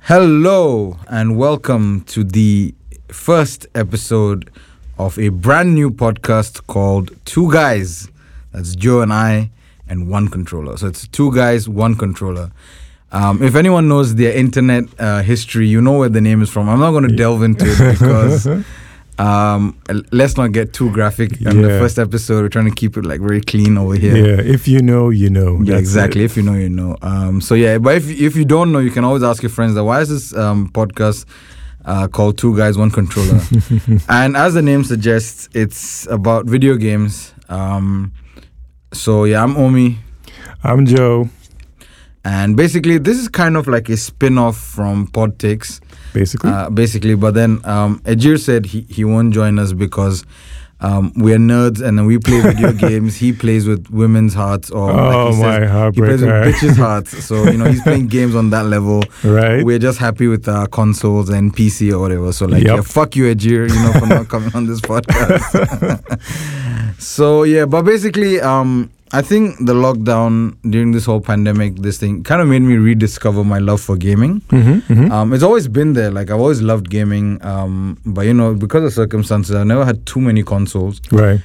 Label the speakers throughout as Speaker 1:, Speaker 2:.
Speaker 1: Hello and welcome to the first episode of a brand new podcast called Two Guys. That's Joe and I and one controller. So it's two guys, one controller. Um, if anyone knows their internet uh, history, you know where the name is from. I'm not going to delve into it because um, l- let's not get too graphic on the
Speaker 2: Yeah.
Speaker 1: first episode. We're trying to keep it like very clean over
Speaker 2: Yeah.
Speaker 1: here.
Speaker 2: if you know, you know.
Speaker 1: Yeah,
Speaker 2: That's
Speaker 1: exactly.
Speaker 2: it.
Speaker 1: If you know, you know. Um, so yeah, but if if you don't know, you can always ask your friends that why is this um, podcast uh, called Two Guys One Controller? and as the name suggests, it's about video games. Um, so yeah, I'm Omi,
Speaker 2: I'm Joe,
Speaker 1: and basically this is kind of like a spin-off from Podtakes,
Speaker 2: basically.
Speaker 1: uh, basically. But then um, Ajir said he he won't join us because. Um, we are nerds and we play video games. He plays with women's hearts, or
Speaker 2: oh,
Speaker 1: like he says,
Speaker 2: my
Speaker 1: he plays with
Speaker 2: heartbreaker.
Speaker 1: bitches' hearts. So, you know, he's playing games on that level.
Speaker 2: right?
Speaker 1: We're just happy with our consoles and PC or whatever. So, like,
Speaker 2: Yep.
Speaker 1: yeah, fuck you, Ajir, you know, for not coming on this podcast. so, yeah, but basically, um, I think the lockdown during this whole pandemic, this thing kind of made me rediscover my love for gaming.
Speaker 2: hmm
Speaker 1: Um, it's always been there. Like, I've always loved gaming. Um, but, you know, because of circumstances, I've never had too many consoles
Speaker 2: right.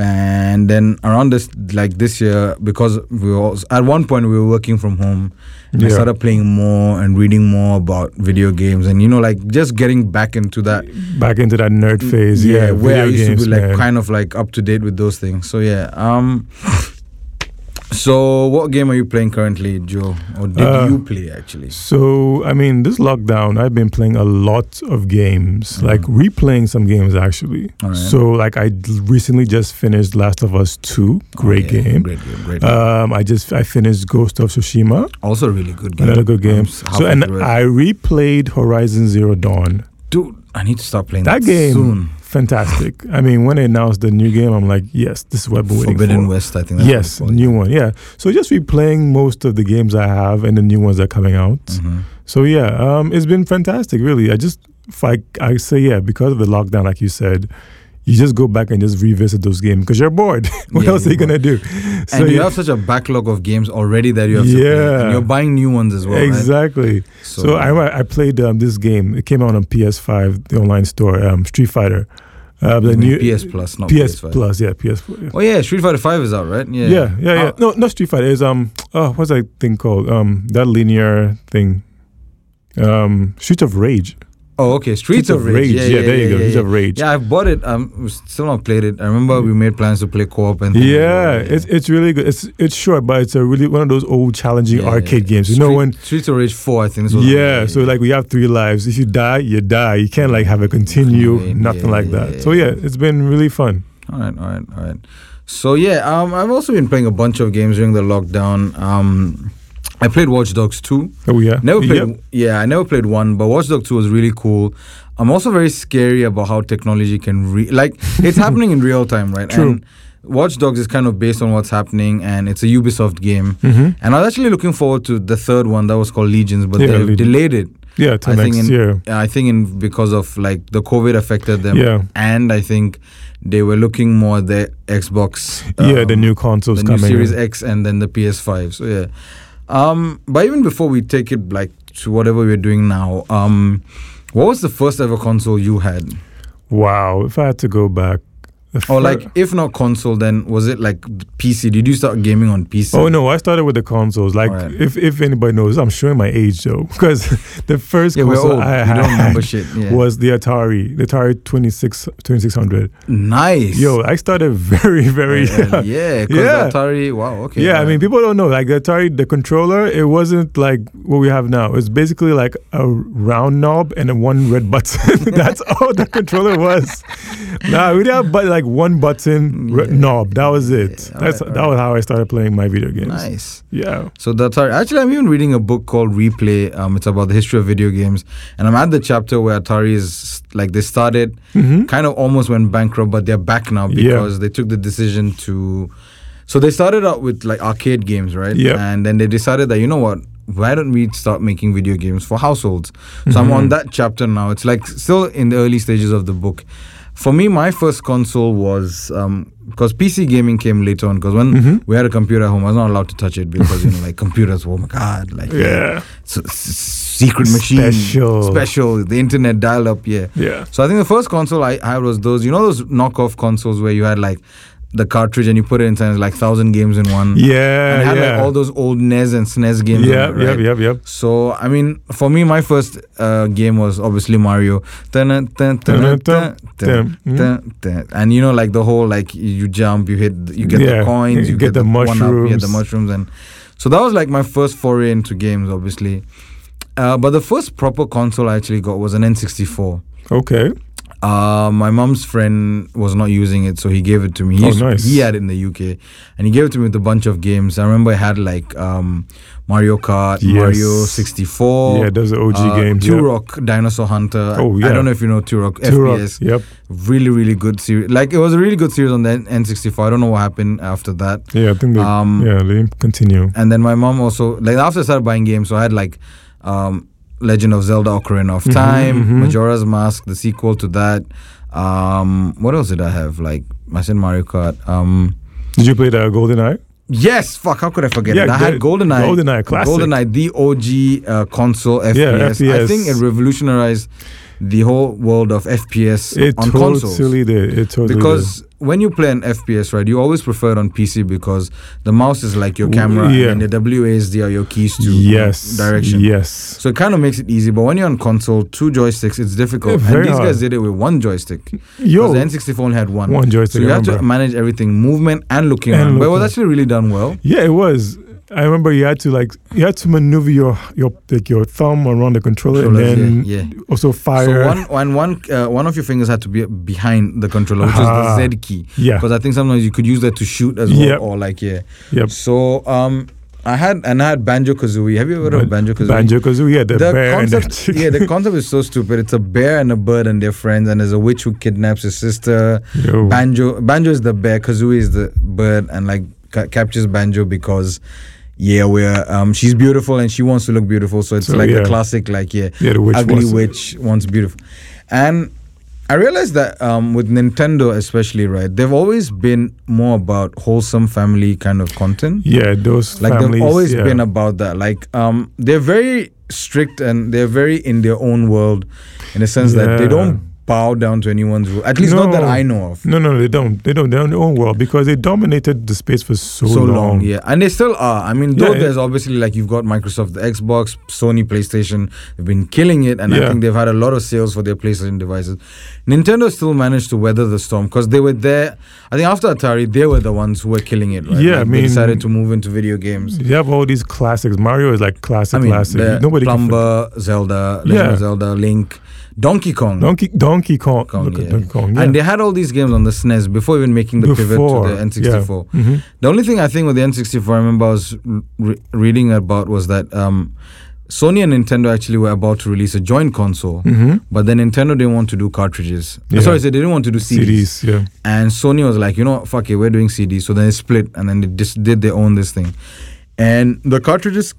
Speaker 1: and then around this like this year because we were all, at one point we were working from home and i
Speaker 2: Yeah.
Speaker 1: started playing more and reading more about video games and you know like just getting back into that
Speaker 2: Back into that nerd phase. Yeah,
Speaker 1: Mm, where i used
Speaker 2: video
Speaker 1: to
Speaker 2: games,
Speaker 1: be like
Speaker 2: man.
Speaker 1: kind of like up to date with those things so yeah um so what game are you playing currently joe or did
Speaker 2: Uh,
Speaker 1: you play actually
Speaker 2: So, I mean, this lockdown, I've been playing a lot of games, like replaying some games actually.
Speaker 1: Uh-huh. All right.
Speaker 2: So, like, I d- recently just finished Last of Us 2. Great
Speaker 1: Oh, yeah,
Speaker 2: game.
Speaker 1: great game great game.
Speaker 2: Um, I just I finished Ghost of Tsushima,
Speaker 1: also a really good game
Speaker 2: another good
Speaker 1: I'm
Speaker 2: game.
Speaker 1: s-
Speaker 2: So
Speaker 1: halfway
Speaker 2: and uh,
Speaker 1: through it.
Speaker 2: I replayed Horizon Zero Dawn.
Speaker 1: dude i need to start playing that,
Speaker 2: That game,
Speaker 1: soon
Speaker 2: fantastic. I mean, when they announced the new game, I'm like, yes, this is what I've been waiting
Speaker 1: forbidden
Speaker 2: for.
Speaker 1: west i think that's what it's
Speaker 2: Yes,
Speaker 1: called.
Speaker 2: new one. Yeah. So just replaying most of the games I have and the new ones that are coming out.
Speaker 1: Mhm.
Speaker 2: So yeah, um, it's been fantastic. Really, I just if I I say yeah because of the lockdown, like you said. You just go back and just revisit those games because you're bored. what
Speaker 1: Yeah,
Speaker 2: else are you
Speaker 1: you're
Speaker 2: gonna do?
Speaker 1: and you have such a backlog of games already that you have to play. And
Speaker 2: Yeah.
Speaker 1: you're buying new ones as well. right?
Speaker 2: exactly. So, I remember I played um, this game. It came out on PS5, the online store, um, Street Fighter. Uh,
Speaker 1: you
Speaker 2: the
Speaker 1: mean
Speaker 2: new
Speaker 1: PS Plus, not
Speaker 2: PS
Speaker 1: PS5.
Speaker 2: Plus, yeah, PS. Yeah.
Speaker 1: Oh yeah, Street Fighter Five is out, right? Yeah,
Speaker 2: yeah, yeah, yeah.
Speaker 1: Uh,
Speaker 2: no, not Street Fighter. Is um, oh, what's that thing called? Um, that linear thing. Um, Street of Rage.
Speaker 1: Oh, okay, Streets of Rage.
Speaker 2: Yeah, there you go. Street of Rage.
Speaker 1: Yeah, I've bought it. Um, we've still not played it. I remember we made plans to play co-op and. things like
Speaker 2: Yeah,
Speaker 1: that,
Speaker 2: it's it's really good. It's it's short, but it's a really one of those old challenging
Speaker 1: Yeah, yeah,
Speaker 2: arcade
Speaker 1: yeah.
Speaker 2: games. You know
Speaker 1: Street-
Speaker 2: when.
Speaker 1: Streets of Rage Four, I think. This was
Speaker 2: Yeah, so like we have three lives. If you die, you die. You can't like have a continue,
Speaker 1: Yeah,
Speaker 2: nothing
Speaker 1: yeah,
Speaker 2: like
Speaker 1: yeah,
Speaker 2: that.
Speaker 1: yeah,
Speaker 2: So yeah, it's been really fun.
Speaker 1: All right, all right, all right. So yeah, um, I've also been playing a bunch of games during the lockdown. Um, I played Watch Dogs 2.
Speaker 2: Oh yeah,
Speaker 1: Never played.
Speaker 2: Yep.
Speaker 1: Yeah, I never played one, but Watch Dogs Two was really cool. I'm also very scary about how technology can re- like it's happening in real time, right?
Speaker 2: True.
Speaker 1: And Watch Dogs is kind of based on what's happening, and it's a Ubisoft game.
Speaker 2: Mm-hmm.
Speaker 1: And I was actually looking forward to the third one that was called Legions, but
Speaker 2: Yeah,
Speaker 1: they have
Speaker 2: Legion.
Speaker 1: delayed it.
Speaker 2: Yeah, till
Speaker 1: I think
Speaker 2: next
Speaker 1: in-
Speaker 2: year.
Speaker 1: I think in because of like the COVID affected them,
Speaker 2: Yeah.
Speaker 1: and I think they were looking more at the Xbox.
Speaker 2: yeah, the
Speaker 1: um,
Speaker 2: new consoles
Speaker 1: the new
Speaker 2: coming.
Speaker 1: Series
Speaker 2: in.
Speaker 1: X and then the PS5. So yeah. Um, but even before we take it like to whatever we're doing now, um, what was the first ever console you had?
Speaker 2: Wow, if I had to go back. the
Speaker 1: Or
Speaker 2: fir-
Speaker 1: like, if not console, then was it like PC? Did you start gaming on PC?
Speaker 2: Oh no! I started with the consoles. Like,
Speaker 1: Alright.
Speaker 2: if, if anybody knows, I'm showing my age though, because the first
Speaker 1: yeah, we're
Speaker 2: console
Speaker 1: old.
Speaker 2: I
Speaker 1: we don't
Speaker 2: had
Speaker 1: remember shit. Yeah.
Speaker 2: was the Atari, the Atari 26, 2600.
Speaker 1: nice.
Speaker 2: Yo, I started very, very
Speaker 1: Uh,
Speaker 2: young.
Speaker 1: yeah, 'cause
Speaker 2: Yeah.
Speaker 1: Atari. Wow. Okay.
Speaker 2: Yeah, I mean, people don't know. Like the Atari, the controller, it wasn't like what we have now. It's basically like a round knob and a one red button. That's all the controller was. Nah, we did have but like one button re-
Speaker 1: Yeah.
Speaker 2: knob. That was it.
Speaker 1: Yeah,
Speaker 2: That's
Speaker 1: alright,
Speaker 2: that was how I started playing my video games.
Speaker 1: nice.
Speaker 2: Yeah.
Speaker 1: So that's Atari. Actually, I'm even reading a book called Replay. Um, it's about the history of video games, and I'm at the chapter where Atari is like they started,
Speaker 2: Mhm.
Speaker 1: kind of almost went bankrupt, but they're back now
Speaker 2: Yeah.
Speaker 1: because they took the decision to. So they started out with like arcade games, right?
Speaker 2: Yep.
Speaker 1: And then they decided that you know what, why don't we start making video games for households? So I'm
Speaker 2: Mm-hmm.
Speaker 1: on that chapter now. It's like still in the early stages of the book. For me, my first console was um, because PC gaming came later on. Because when
Speaker 2: Mhm.
Speaker 1: we had a computer at home, I was not allowed to touch it because you know, like computers. Oh my god! Like
Speaker 2: Yeah.
Speaker 1: so, s- s- secret machine.
Speaker 2: Special.
Speaker 1: Special. The internet dial up, yeah.
Speaker 2: Yeah.
Speaker 1: So I think the first console I had was those, you know, those knockoff consoles where you had like the cartridge and you put it inside and it's like thousand games in one.
Speaker 2: Yeah.
Speaker 1: Mm. And had
Speaker 2: yeah.
Speaker 1: like all those old NES and SNES games. on
Speaker 2: Yep,
Speaker 1: it, right?
Speaker 2: yep, yep, yep.
Speaker 1: So I mean, for me, my first uh, game was obviously Mario,
Speaker 2: hmm?
Speaker 1: and you know, like the whole like you jump, you hit, you get
Speaker 2: Yeah,
Speaker 1: the coins,
Speaker 2: you get the
Speaker 1: one-up, you get the
Speaker 2: mushrooms.
Speaker 1: mushrooms, and so that was like my first foray into games, obviously. Uh, but the first proper console I actually got was an N64.
Speaker 2: Okay.
Speaker 1: Uh, my mom's friend was not using it, so he gave it to me. He
Speaker 2: Oh,
Speaker 1: used-
Speaker 2: nice.
Speaker 1: He had it in the UK, and he gave it to me with a bunch of games. I remember I had like um, Mario Kart,
Speaker 2: Yes.
Speaker 1: Mario 64.
Speaker 2: yeah, those are OG games. yeah.
Speaker 1: uh, Turok, Dinosaur Hunter.
Speaker 2: Oh,
Speaker 1: I
Speaker 2: yeah.
Speaker 1: don't know if you know Turok.
Speaker 2: Turok,
Speaker 1: FPS.
Speaker 2: Yep.
Speaker 1: Really, really good series. Like, it was a really good series on the N- N64. I don't know what happened after that.
Speaker 2: Yeah, I think they.
Speaker 1: Um,
Speaker 2: yeah, let him continue.
Speaker 1: And then my mom also, like, after I started buying games, so I had like um, Legend of Zelda Ocarina of
Speaker 2: Mhm,
Speaker 1: Time,
Speaker 2: mhm.
Speaker 1: Majora's Mask, the sequel to that. Um, what else did I have? Like, I said Mario Kart. Um,
Speaker 2: Did you play the Golden Eye?
Speaker 1: yes, fuck, how could I forget
Speaker 2: Yeah,
Speaker 1: it? I had
Speaker 2: Go-
Speaker 1: GoldenEye.
Speaker 2: GoldenEye, classic.
Speaker 1: GoldenEye, the OG uh, console FPS. I
Speaker 2: FPS.
Speaker 1: think it revolutionized the whole world of FPS
Speaker 2: It
Speaker 1: on
Speaker 2: totally
Speaker 1: consoles.
Speaker 2: did. It totally did.
Speaker 1: Because when you play an FPS, right, you always prefer it on PC because the mouse is like your
Speaker 2: W-
Speaker 1: camera
Speaker 2: yeah.
Speaker 1: and the WASD are your keys to
Speaker 2: yes,
Speaker 1: direction.
Speaker 2: Yes.
Speaker 1: So it kind of makes it easy, but when you're on console, two joysticks, it's difficult.
Speaker 2: Yeah,
Speaker 1: and
Speaker 2: very
Speaker 1: these
Speaker 2: hard.
Speaker 1: guys did it with one joystick.
Speaker 2: Yo,
Speaker 1: Because the N64 only had one.
Speaker 2: one
Speaker 1: so
Speaker 2: joystick.
Speaker 1: you
Speaker 2: I
Speaker 1: have to
Speaker 2: remember.
Speaker 1: manage everything, movement and looking
Speaker 2: And
Speaker 1: around. But it was
Speaker 2: looking.
Speaker 1: actually really done well.
Speaker 2: yeah, it was. I remember you had to like you had to maneuver your your like your thumb around the controller and
Speaker 1: Controllers,
Speaker 2: then
Speaker 1: yeah,
Speaker 2: also fire.
Speaker 1: So one and one uh, one of your fingers had to be behind the controller, which
Speaker 2: Ah.
Speaker 1: was the Z key.
Speaker 2: yeah,
Speaker 1: Because I think sometimes you could use that to shoot as well,
Speaker 2: Yep.
Speaker 1: or like yeah.
Speaker 2: Yep.
Speaker 1: So um, I had and I had Banjo Kazooie. Have you ever heard of Banjo Kazooie?
Speaker 2: banjo kazooie. Yeah, the, bear and the
Speaker 1: concept,
Speaker 2: chicken.
Speaker 1: yeah, the concept is so stupid. It's a bear and a bird and their friends, and there's a witch who kidnaps his sister.
Speaker 2: Yo.
Speaker 1: Banjo, Banjo is the bear, Kazooie is the bird, and like ca- captures Banjo because, yeah, we're um, she's beautiful and she wants to look beautiful. So it's
Speaker 2: So,
Speaker 1: like the
Speaker 2: yeah.
Speaker 1: classic, like yeah,
Speaker 2: yeah, the witch
Speaker 1: ugly
Speaker 2: was-
Speaker 1: witch wants beautiful, and I realized that um, with Nintendo especially, right, they've always been more about wholesome family kind of content
Speaker 2: Yeah, those
Speaker 1: like
Speaker 2: families.
Speaker 1: they've always
Speaker 2: yeah.
Speaker 1: been about that like um they're very strict and they're very in their own world in the sense that they
Speaker 2: Yeah.
Speaker 1: don't bow down to anyone's rule at least not that
Speaker 2: No.
Speaker 1: i know of
Speaker 2: no, no, they don't. They don't. They're on their own world because they dominated the space for so,
Speaker 1: so long. yeah and they still are i mean though
Speaker 2: Yeah, it-
Speaker 1: there's obviously like you've got microsoft the xbox sony playstation they've been killing it and i
Speaker 2: Yeah.
Speaker 1: think they've had a lot of sales for their playstation devices nintendo still managed to weather the storm because they were there i think after atari they were the ones who were killing it right?
Speaker 2: Yeah,
Speaker 1: Like,
Speaker 2: I
Speaker 1: they
Speaker 2: mean-
Speaker 1: decided to move into video games
Speaker 2: You have all these classics. Mario is like classic, classic.
Speaker 1: the
Speaker 2: Nobody can
Speaker 1: Plumber, Zelda, Legend
Speaker 2: Yeah.
Speaker 1: of Zelda, Link, Donkey Kong.
Speaker 2: Donkey Donkey Kong.
Speaker 1: Kong,
Speaker 2: Look
Speaker 1: yeah.
Speaker 2: at Donkey Kong. Yeah.
Speaker 1: And they had all these games on the SNES before even making the
Speaker 2: Before,
Speaker 1: pivot to the N64.
Speaker 2: yeah. Mhm.
Speaker 1: The only thing I think with the N64 I remember I was re- reading about was that um, Sony and Nintendo actually were about to release a joint console,
Speaker 2: Mhm.
Speaker 1: but then Nintendo didn't want to do cartridges. Uh,
Speaker 2: Yeah.
Speaker 1: Sorry, so they didn't want to do CDs.
Speaker 2: CDs. Yeah.
Speaker 1: And Sony was like, you know, what, fuck it, we're doing CDs. So then they split and then they just did their own this thing. And the cartridges,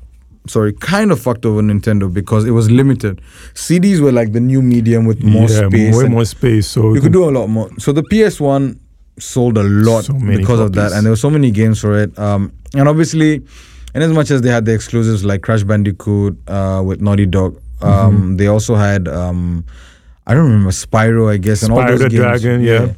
Speaker 1: sorry, kind of fucked over Nintendo because it was limited. CDs were like the new medium with more
Speaker 2: yeah,
Speaker 1: space.
Speaker 2: Way
Speaker 1: and
Speaker 2: more space. So
Speaker 1: you could do a lot more. So the PS1 sold a lot
Speaker 2: So many
Speaker 1: because of that.
Speaker 2: copies.
Speaker 1: And there were so many games for it. Um, and obviously, and as much as they had the exclusives like Crash Bandicoot uh, with Naughty Dog,
Speaker 2: Mm-hmm.
Speaker 1: um, they also had, um, I don't remember, Spyro, I guess, and all
Speaker 2: Spyro
Speaker 1: those
Speaker 2: the
Speaker 1: games.
Speaker 2: Dragon, yeah.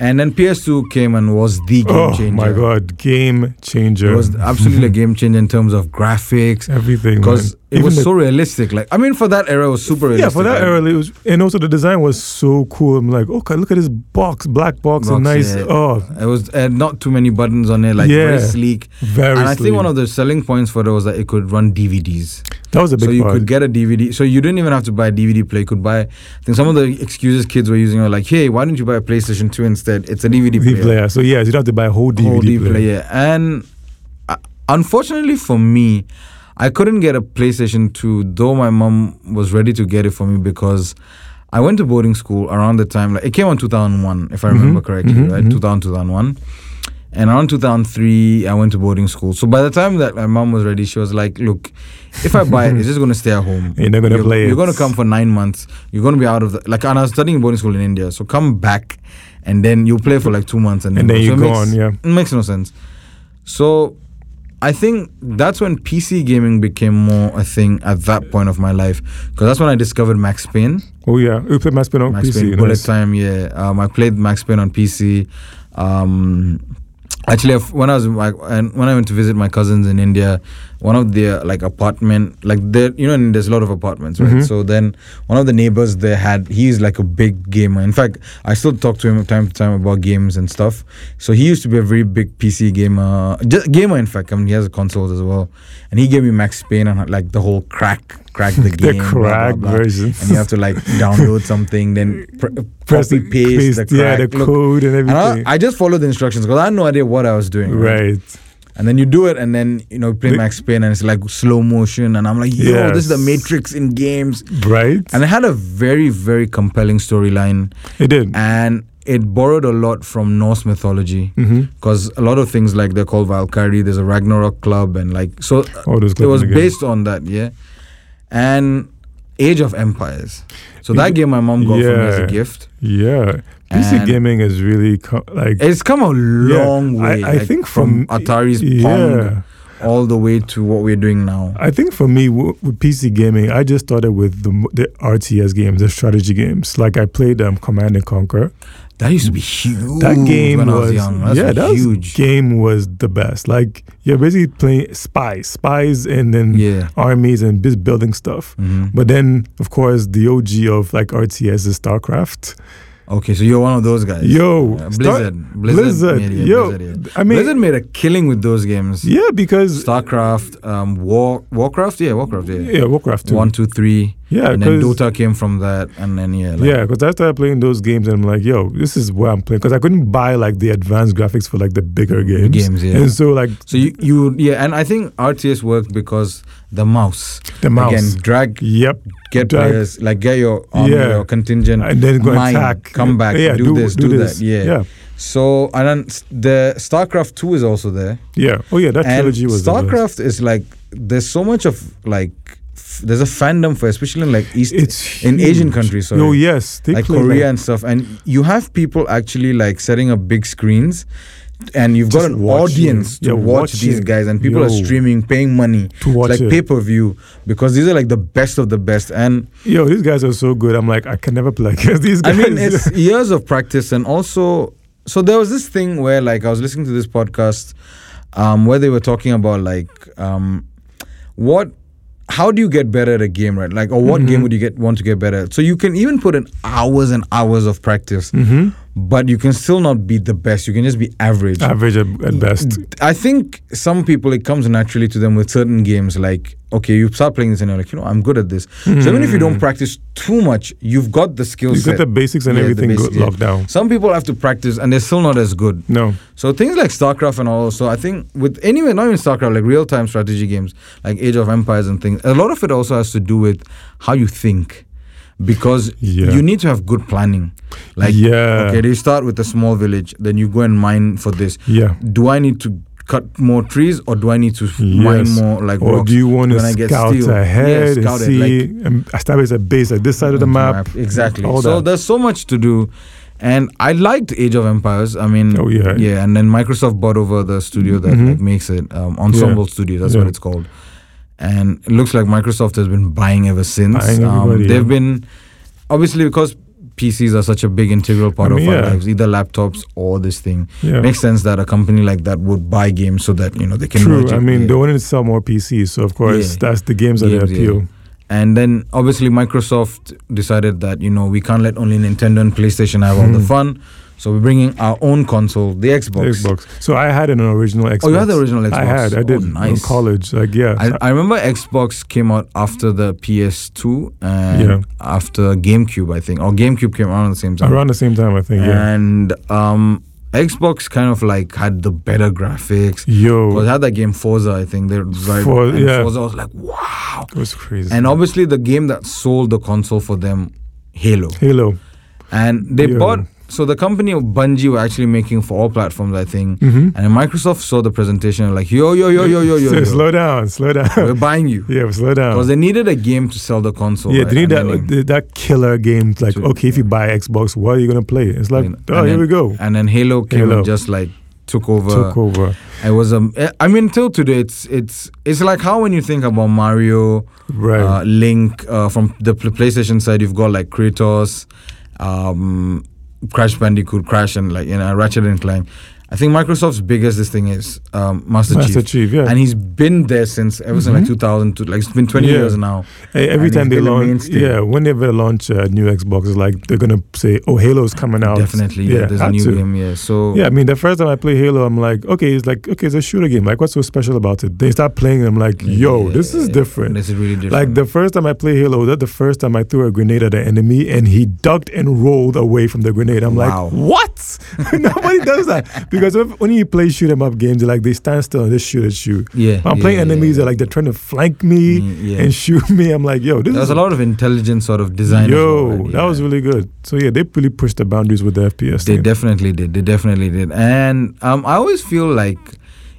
Speaker 1: And then PS2 came and was the game
Speaker 2: Oh
Speaker 1: changer.
Speaker 2: my God, game changer.
Speaker 1: It was absolutely a game changer in terms of graphics
Speaker 2: everything.
Speaker 1: because
Speaker 2: man.
Speaker 1: it
Speaker 2: Even
Speaker 1: was
Speaker 2: the-
Speaker 1: so realistic. Like, I mean, for that era, it was super realistic.
Speaker 2: Yeah, for that
Speaker 1: right?
Speaker 2: era, it was, and also the design was so cool. I'm like, okay, look at this box, black box, and
Speaker 1: Box,
Speaker 2: nice.
Speaker 1: yeah.
Speaker 2: Oh,
Speaker 1: It was uh, not too many buttons on it, like very
Speaker 2: Yeah.
Speaker 1: sleek.
Speaker 2: very.
Speaker 1: and I think
Speaker 2: sleek.
Speaker 1: one of the selling points for it was that it could run DVDs.
Speaker 2: that was a big
Speaker 1: So you
Speaker 2: part.
Speaker 1: could get a DVD. So you didn't even have to buy a DVD player. You could buy. I think some of the excuses kids were using were like, "Hey, why don't you buy a PlayStation Two instead? It's a DVD
Speaker 2: DVD
Speaker 1: player,
Speaker 2: player. So yeah, you don't have to buy a whole DVD,
Speaker 1: whole DVD
Speaker 2: player.
Speaker 1: player." And uh, unfortunately for me, I couldn't get a PlayStation Two, though my mom was ready to get it for me because. I went to boarding school around the time, like it came on 2001, if I remember correctly,
Speaker 2: mhm,
Speaker 1: right?
Speaker 2: mhm.
Speaker 1: 2000, 2001. And around 2003, I went to boarding school. So by the time that my mom was ready, she was like, Look, if I buy it, it's just going to stay at home.
Speaker 2: You're not gonna
Speaker 1: you're,
Speaker 2: play
Speaker 1: You're
Speaker 2: it.
Speaker 1: going to come for nine months. You're going to be out of the. Like, and I was studying boarding school in India. So come back and then you play for like two months and then,
Speaker 2: And then
Speaker 1: go.
Speaker 2: you're
Speaker 1: so it makes-
Speaker 2: gone, yeah.
Speaker 1: It makes no sense. So I think that's when PC gaming became more a thing at that point of my life because that's when I discovered Max Payne.
Speaker 2: Oh yeah, we played Max Payne on
Speaker 1: Max
Speaker 2: PC.
Speaker 1: Payne Bullet
Speaker 2: nice.
Speaker 1: Time, yeah. Um, I played Max Payne on PC. Um, actually, I've- when I was like, and when I went to visit my cousins in India, one of their like apartment, like there, you know, and there's a lot of apartments, right?
Speaker 2: Mhm.
Speaker 1: So then one of the neighbors there had he's like a big gamer. In fact, I still talk to him time to time about games and stuff. So he used to be a very big PC gamer, just gamer. In fact, I mean, he has a console as well, and he gave me Max Payne and like the whole crack, crack the
Speaker 2: the
Speaker 1: game, blah, blah,
Speaker 2: crack
Speaker 1: blah
Speaker 2: version.
Speaker 1: and you have to like download something, then pr- uh,
Speaker 2: Press
Speaker 1: copy
Speaker 2: the
Speaker 1: paste, the
Speaker 2: paste, yeah,
Speaker 1: crack.
Speaker 2: the
Speaker 1: Look,
Speaker 2: code and
Speaker 1: and I,
Speaker 2: everything.
Speaker 1: I just followed the instructions because I had no idea what I was doing.
Speaker 2: right.
Speaker 1: And then you do it, and then you know play
Speaker 2: The-
Speaker 1: Max Payne, and it's like slow motion, and I'm like, yo, this is the
Speaker 2: Yes.
Speaker 1: Matrix in games.
Speaker 2: Right.
Speaker 1: And it had a very very compelling storyline,
Speaker 2: it did.
Speaker 1: and it borrowed a lot from Norse mythology
Speaker 2: hmm
Speaker 1: because a lot of things like they're called Valkyrie. There's a Ragnarok club, and like so
Speaker 2: Oh, those
Speaker 1: it was
Speaker 2: again.
Speaker 1: based on that, yeah. And Age of Empires. So that game my mom got for me as a
Speaker 2: Mm. Yeah.
Speaker 1: gift.
Speaker 2: Yeah. PC
Speaker 1: And-
Speaker 2: gaming is really co- like
Speaker 1: It's come a
Speaker 2: Yeah,
Speaker 1: long way.
Speaker 2: I, I
Speaker 1: like,
Speaker 2: think from,
Speaker 1: Atari's Pong
Speaker 2: yeah.
Speaker 1: all the way to what we're doing now.
Speaker 2: I think for me w- with PC gaming, I just started with the, m- the RTS games, the strategy games. Like I played um, Command and Conquer.
Speaker 1: That used to be huge.
Speaker 2: That game
Speaker 1: when
Speaker 2: was,
Speaker 1: I was young. That's
Speaker 2: yeah, that was-
Speaker 1: huge.
Speaker 2: game was the best. Like you're basically playing spies, spies, and then
Speaker 1: yeah.
Speaker 2: armies and biz- building stuff.
Speaker 1: Mhm.
Speaker 2: But then, of course, the OG of like RTS is StarCraft.
Speaker 1: Okay, so you're one of those guys.
Speaker 2: Yo,
Speaker 1: Uh,
Speaker 2: Star-
Speaker 1: Blizzard. Blizzard.
Speaker 2: Blizzard,
Speaker 1: made, yeah,
Speaker 2: yo,
Speaker 1: Blizzard, yeah.
Speaker 2: I mean,
Speaker 1: Blizzard made a killing with those games.
Speaker 2: yeah, because
Speaker 1: StarCraft, um, War, Warcraft, yeah, Warcraft, yeah.
Speaker 2: yeah, Warcraft too.
Speaker 1: One, two, three.
Speaker 2: yeah,
Speaker 1: and then
Speaker 2: 'cause-
Speaker 1: Dota came from that, and then yeah, like,
Speaker 2: Yeah, because I started playing those games and I'm like, yo, this is where I'm playing. Because I couldn't buy like the advanced graphics for like the bigger games.
Speaker 1: games, yeah.
Speaker 2: And so like
Speaker 1: So you, you yeah, and I think RTS worked because the mouse.
Speaker 2: the mouse.
Speaker 1: Again, drag,
Speaker 2: Yep.
Speaker 1: get
Speaker 2: Drag.
Speaker 1: players, like get your army,
Speaker 2: Yeah.
Speaker 1: your contingent,
Speaker 2: And then go
Speaker 1: mine,
Speaker 2: attack.
Speaker 1: come back,
Speaker 2: Yeah,
Speaker 1: do, this, do, that. Yeah.
Speaker 2: Yeah.
Speaker 1: So and then s- the StarCraft two is also there.
Speaker 2: Yeah. Oh yeah, that
Speaker 1: and
Speaker 2: trilogy was the best.
Speaker 1: StarCraft is like there's so much of like f- there's a fandom for, it, especially in like East
Speaker 2: It's
Speaker 1: in Asian
Speaker 2: huge.
Speaker 1: countries. Sorry.
Speaker 2: Oh yes, they
Speaker 1: like
Speaker 2: play
Speaker 1: Korea and stuff, and you have people actually like setting up big screens, and you've got
Speaker 2: Just
Speaker 1: an
Speaker 2: watching.
Speaker 1: audience to
Speaker 2: Yeah,
Speaker 1: watch these
Speaker 2: watching.
Speaker 1: guys, and people are
Speaker 2: Yo.
Speaker 1: streaming, paying money
Speaker 2: to watch
Speaker 1: like
Speaker 2: it.
Speaker 1: pay per view because these are like the best of the best, and
Speaker 2: Yo, these guys are so good. I'm like, I can never play against these
Speaker 1: I
Speaker 2: guys.
Speaker 1: mean it's years of practice, and also so there was this thing where like I was listening to this podcast, um, where they were talking about like um, what. How do you get better at a game, right? Like, or what game
Speaker 2: Mhm.
Speaker 1: would you get want to get better at? So you can even put in hours and hours of practice.
Speaker 2: hmm
Speaker 1: but you can still not be the best. You can just be average.
Speaker 2: average at, at best.
Speaker 1: I think some people it comes naturally to them with certain games. Like okay, you start playing this and you're like, you know, I'm good at this. So even if you don't practice too much, you've got the skill
Speaker 2: You
Speaker 1: set.
Speaker 2: Hmm. got the basics and
Speaker 1: Yeah, the
Speaker 2: everything
Speaker 1: basics,
Speaker 2: go-
Speaker 1: yeah.
Speaker 2: locked down.
Speaker 1: some people have to practice and they're still not as good.
Speaker 2: No.
Speaker 1: So things like StarCraft and all. So I think with anyway, not even StarCraft, like real time strategy games, like Age of Empires and things. A lot of it also has to do with how you think, because
Speaker 2: Yeah.
Speaker 1: you need to have good planning. Like
Speaker 2: yeah.
Speaker 1: Okay, do you start with a small village, then you go and mine for this?
Speaker 2: Yeah.
Speaker 1: Do I need to cut more trees, or do I need to f- mine
Speaker 2: Yes.
Speaker 1: more like
Speaker 2: Or
Speaker 1: rocks?
Speaker 2: do you want
Speaker 1: when I
Speaker 2: to
Speaker 1: get
Speaker 2: scout
Speaker 1: steel?
Speaker 2: ahead
Speaker 1: Yeah, scout it, Mm,
Speaker 2: and see and establish a base like this side of the map?
Speaker 1: Exactly.
Speaker 2: all
Speaker 1: so
Speaker 2: that.
Speaker 1: there's so much to do, and I liked Age of Empires. I mean,
Speaker 2: Oh, yeah.
Speaker 1: yeah. And then Microsoft bought over the studio that
Speaker 2: Mhm.
Speaker 1: like, makes it um, Ensemble Studio. That's
Speaker 2: Yeah.
Speaker 1: what it's called. And it looks like Microsoft has been buying ever since. Um,
Speaker 2: Buying everybody,
Speaker 1: they've
Speaker 2: yeah.
Speaker 1: been obviously because PCs are such a big integral part
Speaker 2: I mean,
Speaker 1: of our
Speaker 2: yeah.
Speaker 1: lives, either laptops or this thing.
Speaker 2: Yeah.
Speaker 1: Makes sense that a company like that would buy games so that you know they can.
Speaker 2: True.
Speaker 1: merge
Speaker 2: I
Speaker 1: it,
Speaker 2: mean,
Speaker 1: yeah.
Speaker 2: they wanted to sell more PCs, so of course
Speaker 1: Yeah.
Speaker 2: that's the games that they
Speaker 1: Games, yeah.
Speaker 2: appeal.
Speaker 1: And then obviously Microsoft decided that you know we can't let only Nintendo and PlayStation have all the
Speaker 2: Hmm.
Speaker 1: fun, so we're bringing our own console, the
Speaker 2: The
Speaker 1: Xbox.
Speaker 2: Xbox. So I had an original Xbox.
Speaker 1: Oh, you had the original Xbox.
Speaker 2: I had. I
Speaker 1: Oh,
Speaker 2: did in
Speaker 1: nice.
Speaker 2: college. Like yeah.
Speaker 1: I, I remember Xbox came out after the PS2 and
Speaker 2: Yeah.
Speaker 1: after GameCube, I think, or GameCube came out at the same time.
Speaker 2: Around the same time, I think. Yeah.
Speaker 1: And um, Xbox kind of like had the better graphics. Because
Speaker 2: Yo,
Speaker 1: had that game Forza, I think. They right,
Speaker 2: For-
Speaker 1: and
Speaker 2: yeah.
Speaker 1: Forza was like, wow.
Speaker 2: it was crazy.
Speaker 1: And obviously, the game that sold the console for them, Halo.
Speaker 2: Halo.
Speaker 1: And they
Speaker 2: Yeah.
Speaker 1: bought, so the company of Bungie were actually making for all platforms, I think.
Speaker 2: Mm-hmm.
Speaker 1: And then Microsoft saw the presentation, and like, yo, yo, yo, yo, yo, yo, yo.
Speaker 2: Slow down. Slow down.
Speaker 1: we're buying you.
Speaker 2: yeah, slow down.
Speaker 1: Because they needed a game to sell the console.
Speaker 2: yeah,
Speaker 1: right?
Speaker 2: they need that
Speaker 1: And then-
Speaker 2: th- that killer game. Like,
Speaker 1: To-
Speaker 2: okay, if you buy Xbox, what are you gonna play? It's like,
Speaker 1: And-
Speaker 2: oh,
Speaker 1: and
Speaker 2: here
Speaker 1: then- uh,
Speaker 2: we go.
Speaker 1: And then Halo came
Speaker 2: Halo.
Speaker 1: and just like took over.
Speaker 2: took over.
Speaker 1: It was um. I mean, till today, it's it's it's like how when you think about Mario,
Speaker 2: Right.
Speaker 1: uh, Link uh, from the pl- PlayStation side, you've got like Kratos, um, Crash Bandicoot, Crash, and like you know Ratchet and Clank. I think Microsoft's biggest this thing is um, Master,
Speaker 2: Master
Speaker 1: Chief.
Speaker 2: Chief, yeah.
Speaker 1: and he's been there since ever since like 2000. To, like it's been 20
Speaker 2: Yeah.
Speaker 1: years now.
Speaker 2: Hey, every
Speaker 1: and
Speaker 2: time
Speaker 1: it's
Speaker 2: they
Speaker 1: been a
Speaker 2: launch,
Speaker 1: mainstay.
Speaker 2: yeah, whenever they launch a new Xbox, it's like they're gonna say, "Oh, Halo's coming out."
Speaker 1: Definitely, yeah. There's a
Speaker 2: had
Speaker 1: new
Speaker 2: to.
Speaker 1: game, yeah. So
Speaker 2: Yeah, I mean, the first time I play Halo, I'm like, okay, it's like, okay, it's a shooter game. Like, what's so special about it? They start playing, I'm like, yo, this is
Speaker 1: Yeah,
Speaker 2: different.
Speaker 1: This is really different.
Speaker 2: Like the first time I played Halo, that the first time I threw a grenade at an enemy and he ducked and rolled away from the grenade. I'm
Speaker 1: Wow.
Speaker 2: like, what? Nobody does that because if, when you play shoot 'em up games, like they stand still and they shoot at you.
Speaker 1: yeah,
Speaker 2: I'm
Speaker 1: yeah,
Speaker 2: playing
Speaker 1: yeah,
Speaker 2: enemies
Speaker 1: yeah.
Speaker 2: that like they're trying to flank me
Speaker 1: Mm, yeah.
Speaker 2: and shoot me. I'm like, yo, this
Speaker 1: There
Speaker 2: is
Speaker 1: was a lot of intelligent sort of design. as
Speaker 2: Yo,
Speaker 1: well, right?
Speaker 2: that
Speaker 1: Yeah.
Speaker 2: was really good. So yeah, they really pushed the boundaries with the FPS.
Speaker 1: They
Speaker 2: thing.
Speaker 1: definitely did. They definitely did. And um, I always feel like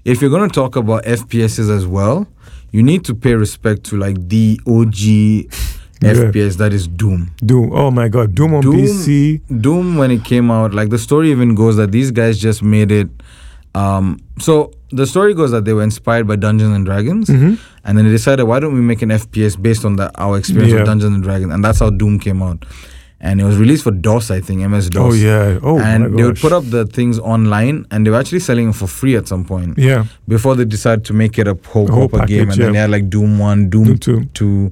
Speaker 1: if you're going to talk about FPSs as well, you need to pay respect to like the OG
Speaker 2: Yeah.
Speaker 1: FPS that is Doom.
Speaker 2: Doom. Oh my God, Doom on
Speaker 1: Doom-
Speaker 2: PC.
Speaker 1: Doom, when it came out, like the story even goes that these guys just made it. Um, so the story goes that they were inspired by Dungeons and Dragons,
Speaker 2: Mhm.
Speaker 1: and then they decided, why don't we make an FPS based on the, our experience
Speaker 2: Yeah.
Speaker 1: with Dungeons and Dragons? And that's how Doom came out. And it was released for DOS, I think, MS DOS.
Speaker 2: Oh yeah. Oh my
Speaker 1: and they would
Speaker 2: gosh.
Speaker 1: put up the things online, and they were actually selling them for free at some point
Speaker 2: Yeah.
Speaker 1: before they decided to make it a whole,
Speaker 2: A whole
Speaker 1: proper game. And
Speaker 2: package,
Speaker 1: then
Speaker 2: yeah.
Speaker 1: they had like Doom One, Doom,
Speaker 2: Doom 2.
Speaker 1: Two,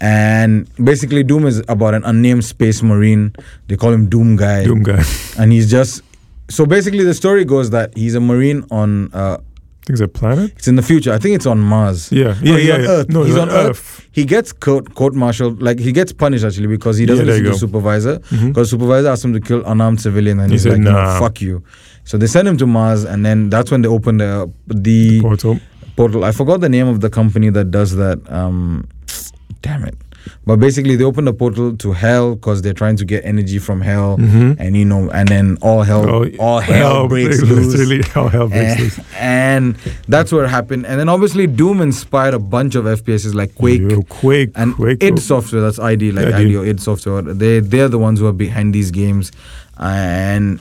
Speaker 1: and basically Doom is about an unnamed space marine. They call him Doom Guy,
Speaker 2: Doom guy.
Speaker 1: and he's just so basically the story goes that he's a marine on uh,
Speaker 2: Things a planet.
Speaker 1: it's in the future. I think it's on Mars.
Speaker 2: Yeah.
Speaker 1: No,
Speaker 2: Yeah.
Speaker 1: he's
Speaker 2: yeah.
Speaker 1: on
Speaker 2: yeah.
Speaker 1: Earth.
Speaker 2: No,
Speaker 1: he's on Earth. He gets court court martialed, like he gets punished actually because he
Speaker 2: Yeah,
Speaker 1: doesn't
Speaker 2: there
Speaker 1: listen
Speaker 2: you
Speaker 1: to
Speaker 2: go.
Speaker 1: supervisor.
Speaker 2: Mhm.
Speaker 1: Because supervisor asked him to kill unarmed civilian, and
Speaker 2: He
Speaker 1: he's
Speaker 2: said,
Speaker 1: like, "No,
Speaker 2: "Nah."
Speaker 1: fuck you." So they send him to Mars, and then that's when they open the the
Speaker 2: Portal.
Speaker 1: portal. I forgot the name of the company that does that. Um, damn it! But basically, they open the portal to hell because they're trying to get energy from hell,
Speaker 2: Mhm.
Speaker 1: and you know, and then all hell, oh, all hell breaks loose.
Speaker 2: Oh,
Speaker 1: Eh,
Speaker 2: Literally, all hell breaks loose.
Speaker 1: And, and that's what happened. And then obviously, Doom inspired a bunch of FPSs like Quake
Speaker 2: Yo, Quake.
Speaker 1: and
Speaker 2: Quake.
Speaker 1: id Software. That's ID, like
Speaker 2: Yeah,
Speaker 1: ID
Speaker 2: dude.
Speaker 1: or id Software. They they're the ones who are behind these games, and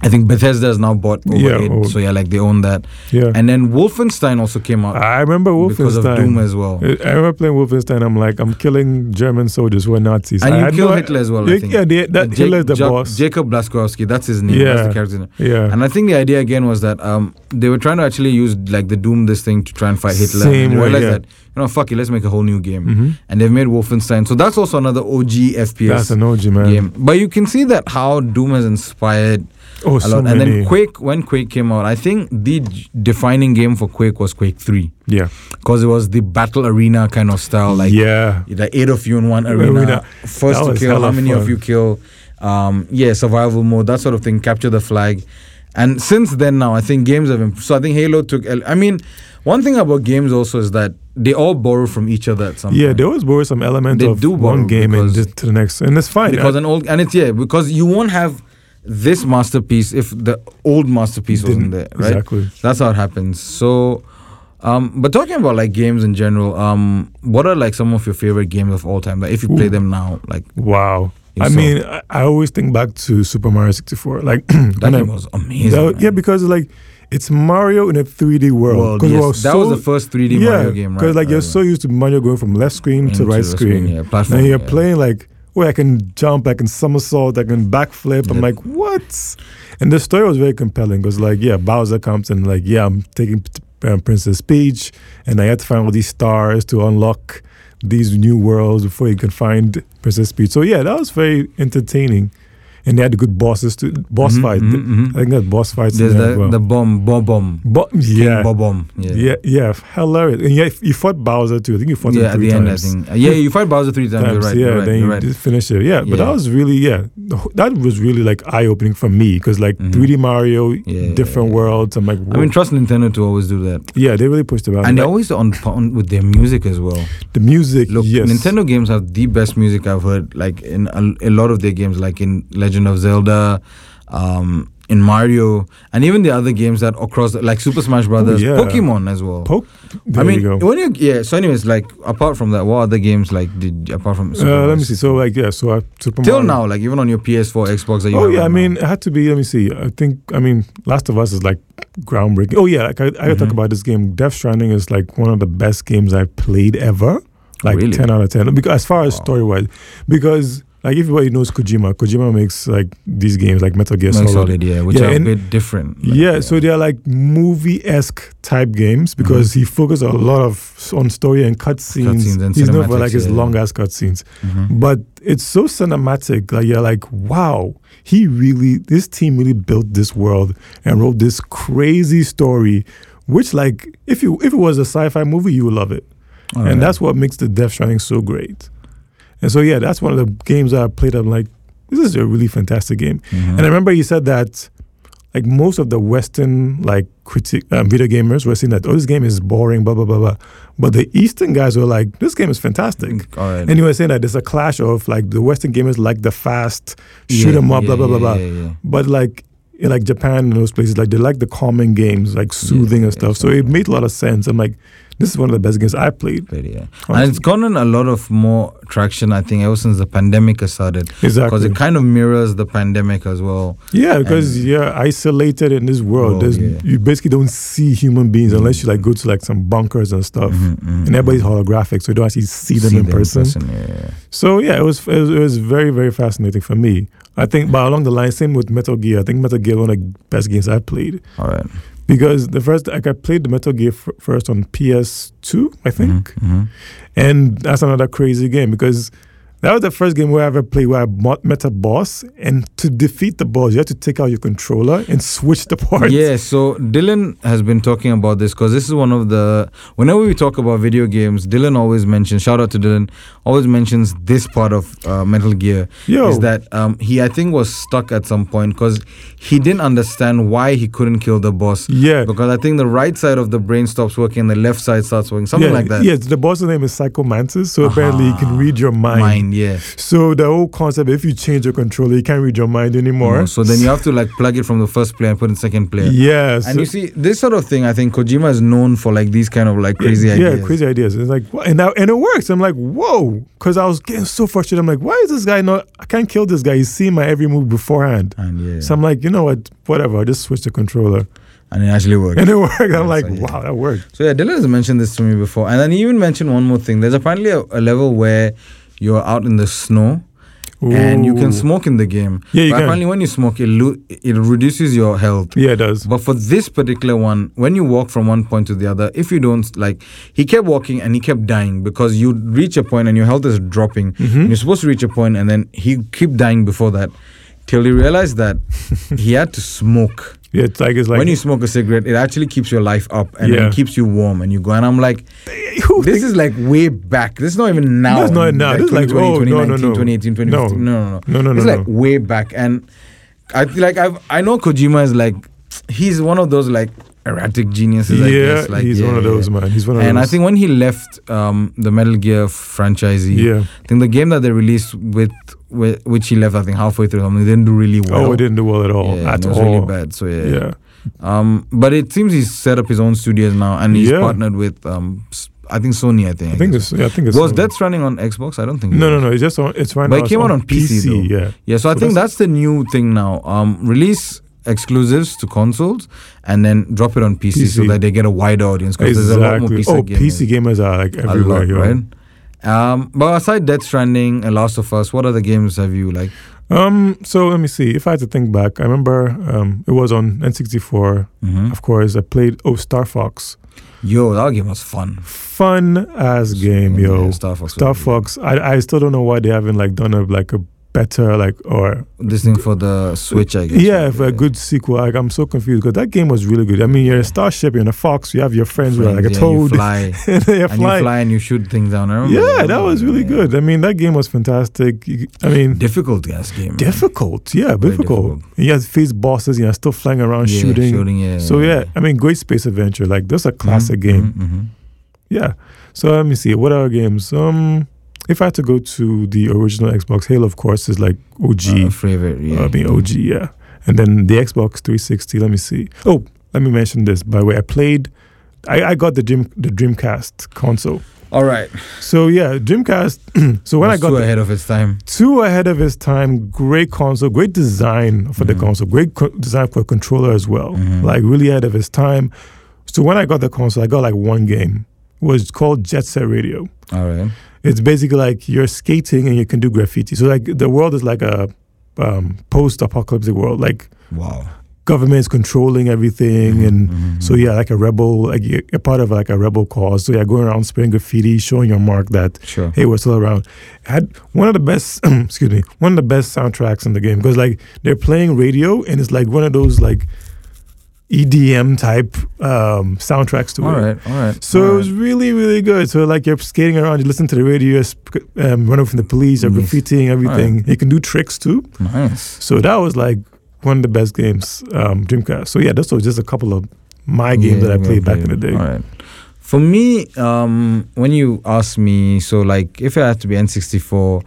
Speaker 1: I think Bethesda has now bought over
Speaker 2: Yeah,
Speaker 1: id.
Speaker 2: over-
Speaker 1: So yeah, like they own that.
Speaker 2: yeah. Ah,
Speaker 1: And then Wolfenstein also came out
Speaker 2: I remember Wolfenstein.
Speaker 1: because of Doom as well.
Speaker 2: I I remember playing Wolfenstein. I'm like, I'm killing German soldiers who are Nazis.
Speaker 1: And
Speaker 2: I
Speaker 1: you
Speaker 2: had
Speaker 1: kill
Speaker 2: no-
Speaker 1: Hitler as well, I
Speaker 2: Yeah,
Speaker 1: think.
Speaker 2: yeah, they, that
Speaker 1: Jake-
Speaker 2: Hitler's the
Speaker 1: Ja-
Speaker 2: boss.
Speaker 1: Jacob Blaskowski, that's his name. That's the
Speaker 2: Yeah.
Speaker 1: character name.
Speaker 2: yeah.
Speaker 1: And I think the idea again was that um, they were trying to actually use like the Doom this thing to try and fight Hitler.
Speaker 2: Same
Speaker 1: and they
Speaker 2: way,
Speaker 1: realized
Speaker 2: yeah.
Speaker 1: that you know, fuck it, let's make a whole new game.
Speaker 2: hmm
Speaker 1: And they've made Wolfenstein. So that's also another OG
Speaker 2: That's
Speaker 1: FPS
Speaker 2: an OG man.
Speaker 1: game. But you can see that how Doom has inspired
Speaker 2: Oh,
Speaker 1: a
Speaker 2: so
Speaker 1: lot.
Speaker 2: many.
Speaker 1: And then Quake, when Quake came out, I think the j- defining game for Quake was Quake Three
Speaker 2: Yeah.
Speaker 1: because it was the battle arena kind of style, like
Speaker 2: yeah.
Speaker 1: the eight of you in one
Speaker 2: Arena.
Speaker 1: arena, first
Speaker 2: That
Speaker 1: to
Speaker 2: was
Speaker 1: kill how
Speaker 2: hella
Speaker 1: many of
Speaker 2: fun.
Speaker 1: you kill um yeah survival mode that sort of thing capture the flag and since then now i think games have improved so i think halo took el- i mean one thing about games also is that they all borrow from each other at some
Speaker 2: Yeah,
Speaker 1: point
Speaker 2: they always borrow some element
Speaker 1: They
Speaker 2: of
Speaker 1: do borrow
Speaker 2: one game and
Speaker 1: because-
Speaker 2: just to the next, and it's fine.
Speaker 1: because an old and it's yeah because you won't have this masterpiece if the old masterpiece wasn't
Speaker 2: Didn't-
Speaker 1: there right
Speaker 2: Exactly.
Speaker 1: that's how it happens so um, but talking about like games in general, um, what are like some of your favorite games of all time? Like if you play
Speaker 2: Ooh.
Speaker 1: them now, like
Speaker 2: Wow.
Speaker 1: Think
Speaker 2: I
Speaker 1: so?
Speaker 2: mean, I, I always think back to Super Mario 64. Like, when
Speaker 1: that
Speaker 2: I-
Speaker 1: game was amazing.
Speaker 2: that-
Speaker 1: man.
Speaker 2: yeah, because like it's Mario in a 3D world. 'Cause we're
Speaker 1: yes. That
Speaker 2: so-
Speaker 1: was the first 3D
Speaker 2: yeah,
Speaker 1: Mario game, right?
Speaker 2: Because like you're
Speaker 1: Right,
Speaker 2: so used to Mario going from left screen
Speaker 1: right.
Speaker 2: to right
Speaker 1: Into the
Speaker 2: screen,
Speaker 1: yeah, platform.
Speaker 2: and you're
Speaker 1: yeah.
Speaker 2: playing like, oh, I can jump, I can somersault, I can backflip. I'm
Speaker 1: Yeah.
Speaker 2: like, what? And the story was very compelling because like, yeah, Bowser comes and like, yeah, I'm taking p- um, Princess Peach, and I had to find all these stars to unlock these new worlds before you can find Princess Peach. So yeah, that was very entertaining. And they had good bosses to boss
Speaker 1: Mhm,
Speaker 2: fight.
Speaker 1: mhm, mhm.
Speaker 2: I think that boss fights in
Speaker 1: There's
Speaker 2: there
Speaker 1: the,
Speaker 2: as well.
Speaker 1: the bomb, bomb, bomb,
Speaker 2: Bo- yeah.
Speaker 1: bomb, bomb. Yeah,
Speaker 2: yeah, yeah, hilarious. And yeah, you fought Bowser too. I think you fought
Speaker 1: Yeah,
Speaker 2: him
Speaker 1: at
Speaker 2: three
Speaker 1: the end, I
Speaker 2: times.
Speaker 1: think. Uh, Yeah, you fight Bowser three times. You're
Speaker 2: Times,
Speaker 1: right.
Speaker 2: yeah,
Speaker 1: you're right.
Speaker 2: then
Speaker 1: You're
Speaker 2: you
Speaker 1: right.
Speaker 2: did finish it. Yeah, but
Speaker 1: Yeah.
Speaker 2: that was really yeah, the wh- that was really like eye opening for me because like
Speaker 1: Mhm.
Speaker 2: 3D Mario,
Speaker 1: Yeah,
Speaker 2: different
Speaker 1: yeah, yeah.
Speaker 2: worlds. I'm like,
Speaker 1: I mean, trust Nintendo to always do that,
Speaker 2: yeah, they really pushed about.
Speaker 1: and
Speaker 2: And
Speaker 1: they're always on point with their music as well.
Speaker 2: the music,
Speaker 1: Look,
Speaker 2: yes,
Speaker 1: Nintendo games have the best music I've heard, like in a, a lot of their games, like in Legend of Zelda, um, in Mario and even the other games that across the, like Super Smash Brothers,
Speaker 2: Oh, yeah.
Speaker 1: Pokemon as well.
Speaker 2: Poke. There
Speaker 1: I mean,
Speaker 2: you go.
Speaker 1: when you yeah. So, anyways, like apart from that, what other games like did apart from Super
Speaker 2: Uh, let
Speaker 1: Mario?
Speaker 2: me see. So like yeah. So I Super
Speaker 1: till
Speaker 2: Mario.
Speaker 1: now, like even on your PS4, Xbox that you
Speaker 2: Oh
Speaker 1: have
Speaker 2: yeah,
Speaker 1: right
Speaker 2: I
Speaker 1: now.
Speaker 2: mean, it had to be. Let me see. I think. I mean, Last of Us is like groundbreaking. Oh yeah, like I, I gotta talk
Speaker 1: Mhm.
Speaker 2: about this game. Death Stranding is like one of the best games I've played ever. Like
Speaker 1: Oh, Really?
Speaker 2: ten out of ten. Because as far as
Speaker 1: Wow.
Speaker 2: story wise, because like everybody knows Kojima. Kojima makes like these games like Metal Gear
Speaker 1: Metal
Speaker 2: Solid.
Speaker 1: Solid, yeah, which
Speaker 2: Yeah,
Speaker 1: are a
Speaker 2: and-
Speaker 1: bit different. like,
Speaker 2: yeah, so they're like movie esque type games because he focuses a lot of on story and cutscenes.
Speaker 1: Mm-hmm. Cutscenes and
Speaker 2: He's known for
Speaker 1: cinematics,
Speaker 2: like his
Speaker 1: yeah, yeah.
Speaker 2: long ass cutscenes,
Speaker 1: Mhm.
Speaker 2: but it's so cinematic. Like you're like, wow, he really, this team really built this world and wrote this crazy story, which like if you if it was a sci-fi movie, you would love it,
Speaker 1: Alright.
Speaker 2: and that's what makes the Death Shining so great. And so yeah, that's one of the games that I played. I'm like, this is a really fantastic game.
Speaker 1: Mhm.
Speaker 2: And I remember you said that like most of the Western like critic um, video gamers were saying that oh this game is boring blah blah blah blah, but the Eastern guys were like this game is fantastic.
Speaker 1: All right.
Speaker 2: And you were saying that there's a clash of like the Western gamers like the fast shoot 'em up blah blah blah blah, but like in, like Japan and those places like they like the calming games like soothing and
Speaker 1: yeah,
Speaker 2: stuff. So it
Speaker 1: exactly.
Speaker 2: made a lot of sense. I'm like this is one of the best games I played.
Speaker 1: But yeah. And
Speaker 2: honestly.
Speaker 1: it's gotten a lot of more traction, I think, ever since the pandemic has started. Because
Speaker 2: Exactly.
Speaker 1: it kind of mirrors the pandemic as well.
Speaker 2: Yeah, because
Speaker 1: And-
Speaker 2: you're isolated in this world.
Speaker 1: World,
Speaker 2: There's,
Speaker 1: yeah. Mm-hmm.
Speaker 2: You basically don't see human beings unless you like go to like some bunkers and stuff. And everybody's holographic, so you don't actually see them in person.
Speaker 1: yeah.
Speaker 2: So yeah, it was, it was it was very very fascinating for me. I think, but along the line, same with Metal Gear. I think Metal Gear one of the best games I played
Speaker 1: All right.
Speaker 2: because the first like I played the Metal Gear f- first on PS2, I think,
Speaker 1: Mhm, mhm.
Speaker 2: and that's another crazy game because that was the first game where I ever played where I bought, met a boss, and to defeat the boss, you have to take out your controller and switch the parts.
Speaker 1: Yeah, so Dylan has been talking about this because this is one of the. Whenever we talk about video games, Dylan always mentions, shout out to Dylan, always mentions this part of uh, Metal Gear.
Speaker 2: Yo.
Speaker 1: Is that um, he, I think, was stuck at some point because he didn't understand why he couldn't kill the boss.
Speaker 2: Yeah.
Speaker 1: Because I think the right side of the brain stops working and the left side starts working, something
Speaker 2: yeah,
Speaker 1: like that. Ah.
Speaker 2: Yeah, the boss's name is Psychomantis, so apparently he can read your mind.
Speaker 1: Mind, yeah.
Speaker 2: So the whole concept, if you change your controller, you can't read your mind anymore.
Speaker 1: No, Oh, so then you have to like plug it from the first player and put in second player.
Speaker 2: yeah,
Speaker 1: And
Speaker 2: so-
Speaker 1: you see, this sort of thing, I think Kojima is known for like these kind of like crazy
Speaker 2: yeah,
Speaker 1: ideas.
Speaker 2: Yeah, crazy ideas. It's like, what? and now and it works. I'm like, whoa, because I was getting so frustrated. I'm like, why is this guy not? I can't kill this guy. He's seeing my every move beforehand.
Speaker 1: And yeah,
Speaker 2: So I'm like, you know what? Whatever. I just switch the controller,
Speaker 1: and it actually worked.
Speaker 2: and it worked. I'm like,
Speaker 1: so, yeah.
Speaker 2: wow, that worked.
Speaker 1: So yeah, Dylan has mentioned this to me before, and then he even mentioned one more thing. There's apparently a, a level where you're out in the snow and you
Speaker 2: Ooh.
Speaker 1: can smoke in the game.
Speaker 2: Yeah, you
Speaker 1: but
Speaker 2: can.
Speaker 1: apparently when you smoke, it lo- it reduces your health.
Speaker 2: Yeah, it does.
Speaker 1: But for this particular one, when you walk from one point to the other, if you don't like, he kept walking and he kept dying because you reach a point and your health is dropping. And you're supposed to reach a point and then he keep dying before that, till he realized that he had to smoke.
Speaker 2: Yeah, it's like it's like
Speaker 1: when you smoke a cigarette, it actually keeps your life up and
Speaker 2: Yeah.
Speaker 1: it keeps you warm and you go. And I'm like,
Speaker 2: who
Speaker 1: this is like way back. This is not even now.
Speaker 2: That's not now. This is like,
Speaker 1: 2020,
Speaker 2: oh, no, no,
Speaker 1: 2019,
Speaker 2: no.
Speaker 1: 2018, 2015.
Speaker 2: No.
Speaker 1: No, no, no.
Speaker 2: No, no, no,
Speaker 1: It's
Speaker 2: no.
Speaker 1: like way back, and I feel like I've I know Kojima is like he's one of those like erratic geniuses. I
Speaker 2: yeah,
Speaker 1: guess. Like,
Speaker 2: he's
Speaker 1: yeah,
Speaker 2: one of
Speaker 1: yeah,
Speaker 2: those
Speaker 1: yeah.
Speaker 2: man. He's one of
Speaker 1: And I
Speaker 2: those.
Speaker 1: think when he left um, the Metal Gear franchisee,
Speaker 2: Yeah.
Speaker 1: I think the game that they released with, with which he left, I think halfway through, something didn't do really well.
Speaker 2: oh, it didn't do well at all.
Speaker 1: Yeah,
Speaker 2: at
Speaker 1: and it was
Speaker 2: all.
Speaker 1: really bad. So yeah,
Speaker 2: Yeah.
Speaker 1: Um, but it seems he's set up his own studios now, and he's
Speaker 2: Yeah.
Speaker 1: partnered with um, s- I think Sony. I think.
Speaker 2: I think
Speaker 1: guess.
Speaker 2: this. Yeah, I think it's
Speaker 1: was
Speaker 2: on-
Speaker 1: Death Stranding on Xbox? I don't think. it
Speaker 2: No,
Speaker 1: was.
Speaker 2: no, no. It's just on. It's right
Speaker 1: But
Speaker 2: now.
Speaker 1: it
Speaker 2: it's
Speaker 1: came out
Speaker 2: on
Speaker 1: on PC though.
Speaker 2: Yeah.
Speaker 1: Yeah, so I
Speaker 2: So
Speaker 1: think
Speaker 2: that's-
Speaker 1: that's the new thing now. Um, release exclusives to consoles and then drop it on PC, so
Speaker 2: PC.
Speaker 1: that they get a wider audience because there's a lot more
Speaker 2: Exactly.
Speaker 1: PC
Speaker 2: oh,
Speaker 1: gamers.
Speaker 2: PC gamers are like
Speaker 1: a
Speaker 2: everywhere.
Speaker 1: lot,
Speaker 2: yo.
Speaker 1: right? Um, but aside Death Stranding and Last of Us, what other games have you like?
Speaker 2: Um. So let me see. If I had to think back, I remember um, it was on N64.
Speaker 1: Mhm.
Speaker 2: Of course, I played Oh Star Fox.
Speaker 1: Yo, that game was fun.
Speaker 2: Fun ass game, yo.
Speaker 1: Yeah, Star Fox. was
Speaker 2: Star
Speaker 1: good.
Speaker 2: Fox. I I still don't know why they haven't like done a like a better like or
Speaker 1: This thing for the Switch, I guess.
Speaker 2: yeah for a good sequel. Like I'm so confused because that game was really good. I mean, you're a starship, you're in a fox, you have your friends, who are like
Speaker 1: yeah,
Speaker 2: a
Speaker 1: You
Speaker 2: toad,
Speaker 1: fly.
Speaker 2: and you're
Speaker 1: and you
Speaker 2: flying.
Speaker 1: fly and you shoot things down. I remember
Speaker 2: Yeah, that was really
Speaker 1: Yeah.
Speaker 2: good. I mean, that game was fantastic. You- I mean,
Speaker 1: Difficult gas game. man.
Speaker 2: difficult. Yeah,
Speaker 1: Very
Speaker 2: difficult.
Speaker 1: difficult.
Speaker 2: And you have to face bosses. You're still flying around
Speaker 1: Yeah,
Speaker 2: shooting.
Speaker 1: shooting. Yeah.
Speaker 2: So yeah, I mean, great space adventure. Like that's a classic game.
Speaker 1: hmm
Speaker 2: Yeah. So let me see. What other games? Um, if I had to go to the original Xbox, Halo, of course, is like OG.
Speaker 1: Uh, favorite. Yeah.
Speaker 2: I mean, OG. Yeah. And then the Xbox 360. Let me see. Oh, let me mention this by the way. I played. I, I got the dream the Dreamcast console.
Speaker 1: All right.
Speaker 2: So yeah, Dreamcast. so when I
Speaker 1: Was
Speaker 2: got
Speaker 1: too
Speaker 2: the,
Speaker 1: ahead of its time.
Speaker 2: two ahead of his time. Great console, great design for the
Speaker 1: Mhm.
Speaker 2: console, great co- design for a controller as well.
Speaker 1: Mhm.
Speaker 2: Like really ahead of his time. So when I got the console, I got like one game. It was called Jet Set Radio.
Speaker 1: All right.
Speaker 2: It's basically like you're skating and you can do graffiti. So like the world is like a um, post-apocalyptic world. Like
Speaker 1: Wow.
Speaker 2: government is controlling everything and.
Speaker 1: Mhm,
Speaker 2: So
Speaker 1: mhm.
Speaker 2: yeah, like a rebel, like you're a part of like a rebel cause. So yeah, going around spraying graffiti, showing your mark that
Speaker 1: mm-hmm. Sure.
Speaker 2: hey, we're still around. Had one of the best, excuse me, one of the best soundtracks in the game because like they're playing radio and it's like one of those like EDM type um, soundtracks to
Speaker 1: All
Speaker 2: it.
Speaker 1: right. All right.
Speaker 2: So
Speaker 1: all
Speaker 2: it
Speaker 1: right.
Speaker 2: was really, really good. So like you're skating around, you listen to the radio, you're sp- um, running from the police, you're
Speaker 1: Nice.
Speaker 2: graffitiing everything. You can do tricks too.
Speaker 1: nice.
Speaker 2: So that was like one of the best games, um, Dreamcast. So yeah, this was just a couple of my games
Speaker 1: Yeah,
Speaker 2: that I
Speaker 1: yeah,
Speaker 2: played back
Speaker 1: yeah.
Speaker 2: in the day.
Speaker 1: All right. For me, um, when you ask me, so like if I had to be N64,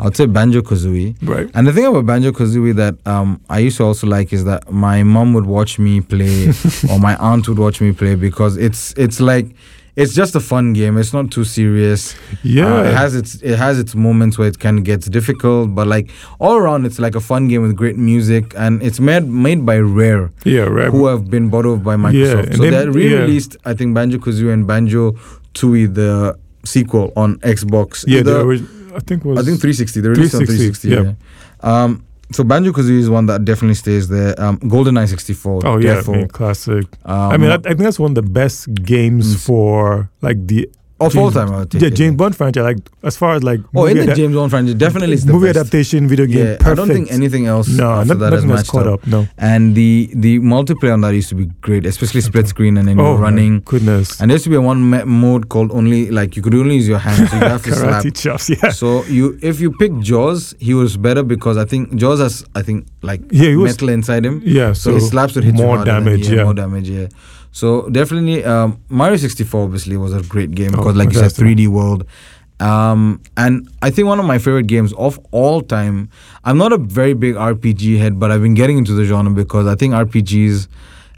Speaker 1: I'd say Banjo Kazooie.
Speaker 2: Right.
Speaker 1: And the thing about Banjo Kazooie that um, I used to also like is that my mom would watch me play, or my aunt would watch me play because it's it's like it's just a fun game. It's not too serious.
Speaker 2: Yeah.
Speaker 1: Uh, it has its it has its moments where it kind of gets difficult, but like all around, it's like a fun game with great music, and it's made made by Rare
Speaker 2: yeah. Right.
Speaker 1: who have been bought over by Microsoft.
Speaker 2: and
Speaker 1: so
Speaker 2: they-
Speaker 1: they, re-released,
Speaker 2: yeah.
Speaker 1: I think, Banjo Kazooie and Banjo Tooie, the sequel on Xbox.
Speaker 2: yeah.
Speaker 1: Either-
Speaker 2: the orig- I think it was.
Speaker 1: I think 360. They released it on
Speaker 2: 360,
Speaker 1: 360. yeah. Um, so Banjo Kazooie is one that definitely stays there. Um, GoldenEye 64.
Speaker 2: Oh yeah, I
Speaker 1: Defo,
Speaker 2: mean, classic.
Speaker 1: um,
Speaker 2: I mean, I, I think that's one of the best games
Speaker 1: Mm.
Speaker 2: for like the
Speaker 1: of all
Speaker 2: James-
Speaker 1: time, I would take
Speaker 2: yeah
Speaker 1: it.
Speaker 2: James Bond franchise. Like as far as like
Speaker 1: Oh, in
Speaker 2: movie
Speaker 1: the
Speaker 2: adap-
Speaker 1: James Bond franchise, definitely it's the
Speaker 2: movie
Speaker 1: best.
Speaker 2: adaptation, video game.
Speaker 1: Yeah,
Speaker 2: perfect.
Speaker 1: I don't think anything else
Speaker 2: No,
Speaker 1: after
Speaker 2: not,
Speaker 1: that has
Speaker 2: nothing was
Speaker 1: matched
Speaker 2: caught
Speaker 1: up.
Speaker 2: up. No.
Speaker 1: And the the multiplayer on that used to be great, especially split screen and then
Speaker 2: Oh
Speaker 1: you're running.
Speaker 2: my goodness.
Speaker 1: And there used to be one ma- mode called only like you could only use your hands. So you have to slap.
Speaker 2: Karate chops. Yeah.
Speaker 1: So you, if you pick Jaws, he was better because I think Jaws has I think like
Speaker 2: Yeah, he was.
Speaker 1: metal inside him.
Speaker 2: Yeah.
Speaker 1: So,
Speaker 2: So,
Speaker 1: he slaps would hit you
Speaker 2: more
Speaker 1: harder than-
Speaker 2: damage, yeah.
Speaker 1: more damage. Yeah. So definitely, um, Mario 64 obviously was a great game
Speaker 2: Oh,
Speaker 1: because, like you said,
Speaker 2: fantastic.
Speaker 1: 3D world. Um, and I think one of my favorite games of all time. I'm not a very big RPG head, but I've been getting into the genre because I think RPGs,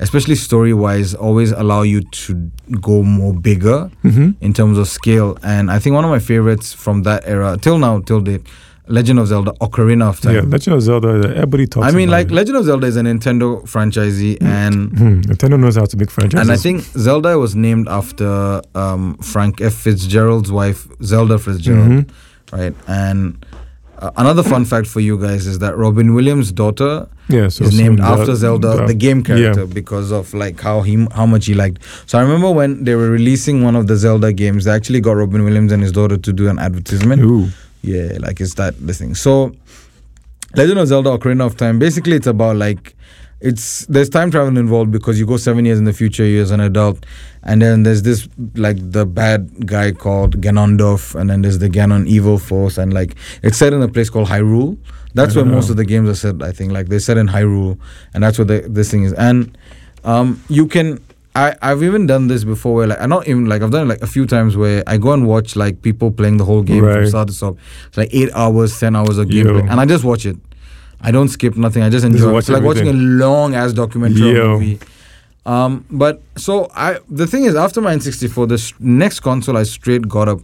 Speaker 1: especially story wise, always allow you to go more bigger
Speaker 2: Mhm.
Speaker 1: in terms of scale. And I think one of my favorites from that era till now, till date, Legend of Zelda: Ocarina of Time.
Speaker 2: Yeah. Legend of Zelda. that Everybody talks.
Speaker 1: I mean,
Speaker 2: about
Speaker 1: like
Speaker 2: it.
Speaker 1: Legend of Zelda is a Nintendo franchisee, and
Speaker 2: Hmm, Nintendo knows how to make franchises.
Speaker 1: and I think Zelda was named after um, Frank F. Fitzgerald's wife, Zelda Fitzgerald,
Speaker 2: Mhm.
Speaker 1: right? And uh, another fun fact for you guys is that Robin Williams' daughter
Speaker 2: yeah, so
Speaker 1: is
Speaker 2: so
Speaker 1: named
Speaker 2: that-
Speaker 1: after Zelda,
Speaker 2: that-
Speaker 1: the game character, because of like how he how much he liked. So I remember when they were releasing one of the Zelda games, they actually got Robin Williams and his daughter to do an advertisement.
Speaker 2: Ooh.
Speaker 1: Yeah, like it's that this thing. So, Legend of Zelda: Ocarina of Time. Basically, it's about like it's there's time travel involved because you go seven years in the future, you as an adult, and then there's this like the bad guy called Ganondorf, and then there's the Ganon evil force, and like it's set in a place called Hyrule. That's
Speaker 2: I
Speaker 1: where
Speaker 2: don't
Speaker 1: most
Speaker 2: know.
Speaker 1: of the games are set. I think like they're set in Hyrule, and that's where the, this thing is. And um, you can. I, I've even done this before where like I'm not even like I've done it like a few times where I go and watch like people playing the whole game from
Speaker 2: Right.
Speaker 1: start to stop. It's like eight hours, ten hours of gameplay,
Speaker 2: Yo.
Speaker 1: and I just watch it. I don't skip nothing. I just enjoy. it.
Speaker 2: watch
Speaker 1: It's like watching a long ass documentary or
Speaker 2: Yo.
Speaker 1: movie. Um, but so I, the thing is, after my N64, the s- next console I straight got up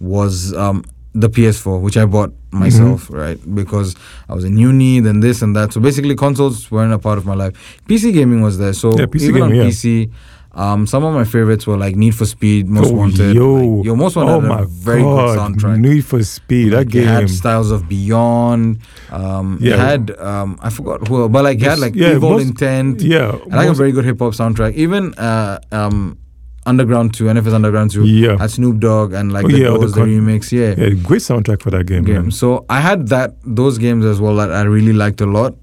Speaker 1: was um, the PS4, which I bought myself,
Speaker 2: Mm-hmm.
Speaker 1: right? Because I was in uni, then this and that. So basically, consoles weren't a part of my life. PC gaming was there. So
Speaker 2: Yeah, PC
Speaker 1: even on
Speaker 2: gaming, yeah.
Speaker 1: PC. Um, some of my favorites were like Need for Speed, Most
Speaker 2: Oh,
Speaker 1: Wanted.
Speaker 2: Yo.
Speaker 1: Like, yo, Most Wanted
Speaker 2: oh
Speaker 1: had
Speaker 2: my
Speaker 1: a very
Speaker 2: God.
Speaker 1: good soundtrack.
Speaker 2: Need for Speed. That
Speaker 1: Like, it
Speaker 2: game.
Speaker 1: had styles of Beyond. Um, it
Speaker 2: Yeah.
Speaker 1: had um, I forgot who, but like it had
Speaker 2: Yes,
Speaker 1: like
Speaker 2: yeah,
Speaker 1: Evil
Speaker 2: most-
Speaker 1: Intent.
Speaker 2: Yeah.
Speaker 1: I like a
Speaker 2: most-
Speaker 1: very good hip hop soundtrack. Even uh, um, Underground Two, NFS Underground Two,
Speaker 2: Yeah.
Speaker 1: had Snoop Dogg and like
Speaker 2: Oh,
Speaker 1: the,
Speaker 2: yeah, all
Speaker 1: Doors,
Speaker 2: the
Speaker 1: the
Speaker 2: con-
Speaker 1: remix. Yeah,
Speaker 2: Yeah, great soundtrack for that game,
Speaker 1: game.
Speaker 2: man.
Speaker 1: So I had that those games as well that I really liked a lot.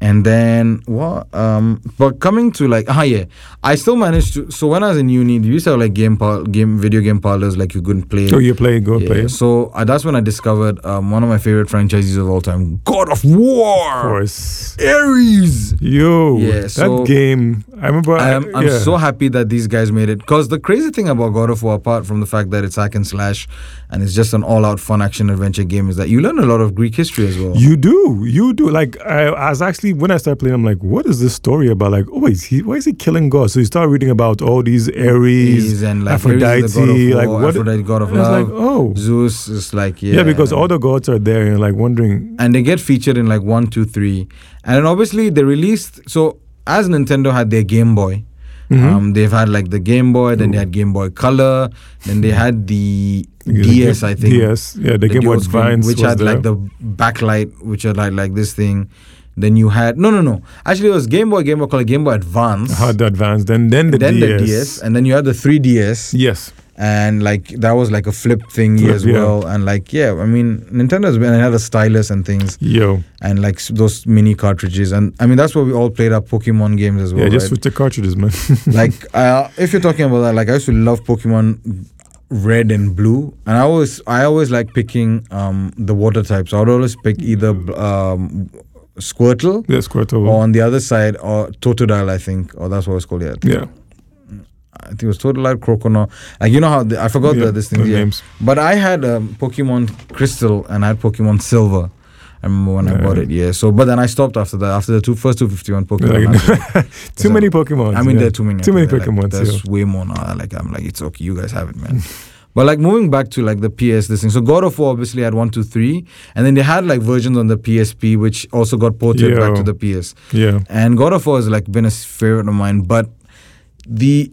Speaker 1: And then what? Um, but coming to like, ah, yeah, I still managed to. So when I was in uni, we used to have like game par- game video game parlors, like you couldn't play.
Speaker 2: Oh, you play, go
Speaker 1: Yeah,
Speaker 2: play. Of
Speaker 1: So uh, that's when I discovered um, one of my favorite franchises of all time, God of War,
Speaker 2: course.
Speaker 1: Ares.
Speaker 2: Yo,
Speaker 1: Yeah,
Speaker 2: that
Speaker 1: so-
Speaker 2: game. I remember. I-
Speaker 1: I'm, I'm
Speaker 2: Uh, yeah.
Speaker 1: so happy that these guys made it. Because the crazy thing about God of War, apart from the fact that it's hack and slash and it's just an all out fun action adventure game, is that you learn a lot of Greek history as well.
Speaker 2: You do, you do. Like I, I was actually actually, when I started playing, I'm like, what is this story about? Like, oh, wait, is he, why is he killing gods? So you start reading about all these Ares,
Speaker 1: Ares and like
Speaker 2: Aphrodite,
Speaker 1: Ares is the god of
Speaker 2: like
Speaker 1: war,
Speaker 2: what?
Speaker 1: Aphrodite, god of
Speaker 2: and I
Speaker 1: love.
Speaker 2: was like, oh,
Speaker 1: Zeus is like yeah,
Speaker 2: yeah, because all the gods are there, and like wondering,
Speaker 1: and they get featured in like one, two, three, and then obviously they released. So as Nintendo had their Game Boy,
Speaker 2: Mhm.
Speaker 1: um, they've had like the Game Boy, then they had Game Boy Color, then they had the
Speaker 2: the
Speaker 1: DS, I think.
Speaker 2: DS, yeah, the,
Speaker 1: the
Speaker 2: Game Boy
Speaker 1: dual screen,
Speaker 2: Advance,
Speaker 1: which
Speaker 2: was
Speaker 1: had
Speaker 2: there.
Speaker 1: like the backlight, which had like like this thing. Then you had no, no, no. Actually, it was Game Boy, Game Boy Color, Game Boy Advance,
Speaker 2: had the Advance, then then the
Speaker 1: then
Speaker 2: DS,
Speaker 1: the DS, and then you had the 3DS,
Speaker 2: yes,
Speaker 1: and like that was like a flip thingy
Speaker 2: Flip,
Speaker 1: as
Speaker 2: yeah.
Speaker 1: well. And like yeah, I mean, Nintendo's been it had a stylus and things,
Speaker 2: yo,
Speaker 1: and like s- those mini cartridges, and I mean that's where we all played our Pokemon games as well.
Speaker 2: yeah, just
Speaker 1: right?
Speaker 2: with the cartridges, man.
Speaker 1: like uh, if you're talking about that, like I used to love Pokemon Red and Blue, and I always I always like picking um, the water types. I would always pick either um, Squirtle
Speaker 2: That's quite
Speaker 1: or
Speaker 2: over.
Speaker 1: on the other side or Totodile, I think, or that's what it's called. Yeah,
Speaker 2: Yeah,
Speaker 1: I think it was Totodile, Croconaw. Like you know how the, I forgot
Speaker 2: yeah,
Speaker 1: the, this thing.
Speaker 2: the
Speaker 1: Yeah.
Speaker 2: names.
Speaker 1: But I had um, Pokemon Crystal and I had Pokemon Silver. I remember when I
Speaker 2: Yeah.
Speaker 1: bought it. Yeah. So, but then I stopped after that. After the two first two fifty one Pokemon. I
Speaker 2: Like-
Speaker 1: was like,
Speaker 2: Too many Pokemon.
Speaker 1: I mean, there are too many.
Speaker 2: Too
Speaker 1: out
Speaker 2: many
Speaker 1: there, like,
Speaker 2: Pokemons,
Speaker 1: there's way more now. Like I'm like, it's okay. You guys have it, man. but like moving back to like the PS, this thing. So God of War obviously had one, two, three, and then they had like versions on the PSP, which also got ported back to
Speaker 2: Yeah.
Speaker 1: the PS.
Speaker 2: Yeah.
Speaker 1: And God of War has like been a s- favorite of mine. But the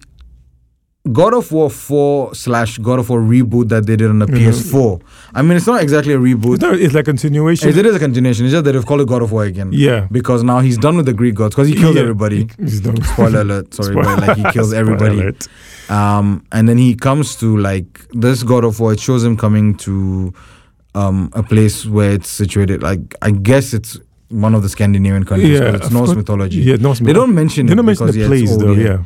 Speaker 1: God of War four slash God of War reboot that they did on the PS4. I mean, it's not exactly a
Speaker 2: It's,
Speaker 1: reboot.
Speaker 2: not, it's like continuation.
Speaker 1: It is a continuation. It's just that they've called it God of War again.
Speaker 2: yeah.
Speaker 1: Because now he's done with the Greek gods because he killed
Speaker 2: Yeah.
Speaker 1: everybody
Speaker 2: It's done.
Speaker 1: spoiler alert sorry but like he kills
Speaker 2: Spoiler
Speaker 1: everybody
Speaker 2: alert.
Speaker 1: um and then he comes to like this god of war it shows him coming to um a place where it's situated like i guess it's one of the scandinavian countries 'cause it's
Speaker 2: of
Speaker 1: norse
Speaker 2: course.
Speaker 1: mythology
Speaker 2: Yeah, Norse
Speaker 1: they don't mention
Speaker 2: They
Speaker 1: it
Speaker 2: don't mention
Speaker 1: because,
Speaker 2: the
Speaker 1: yeah, it's
Speaker 2: place
Speaker 1: old,
Speaker 2: though. Yeah.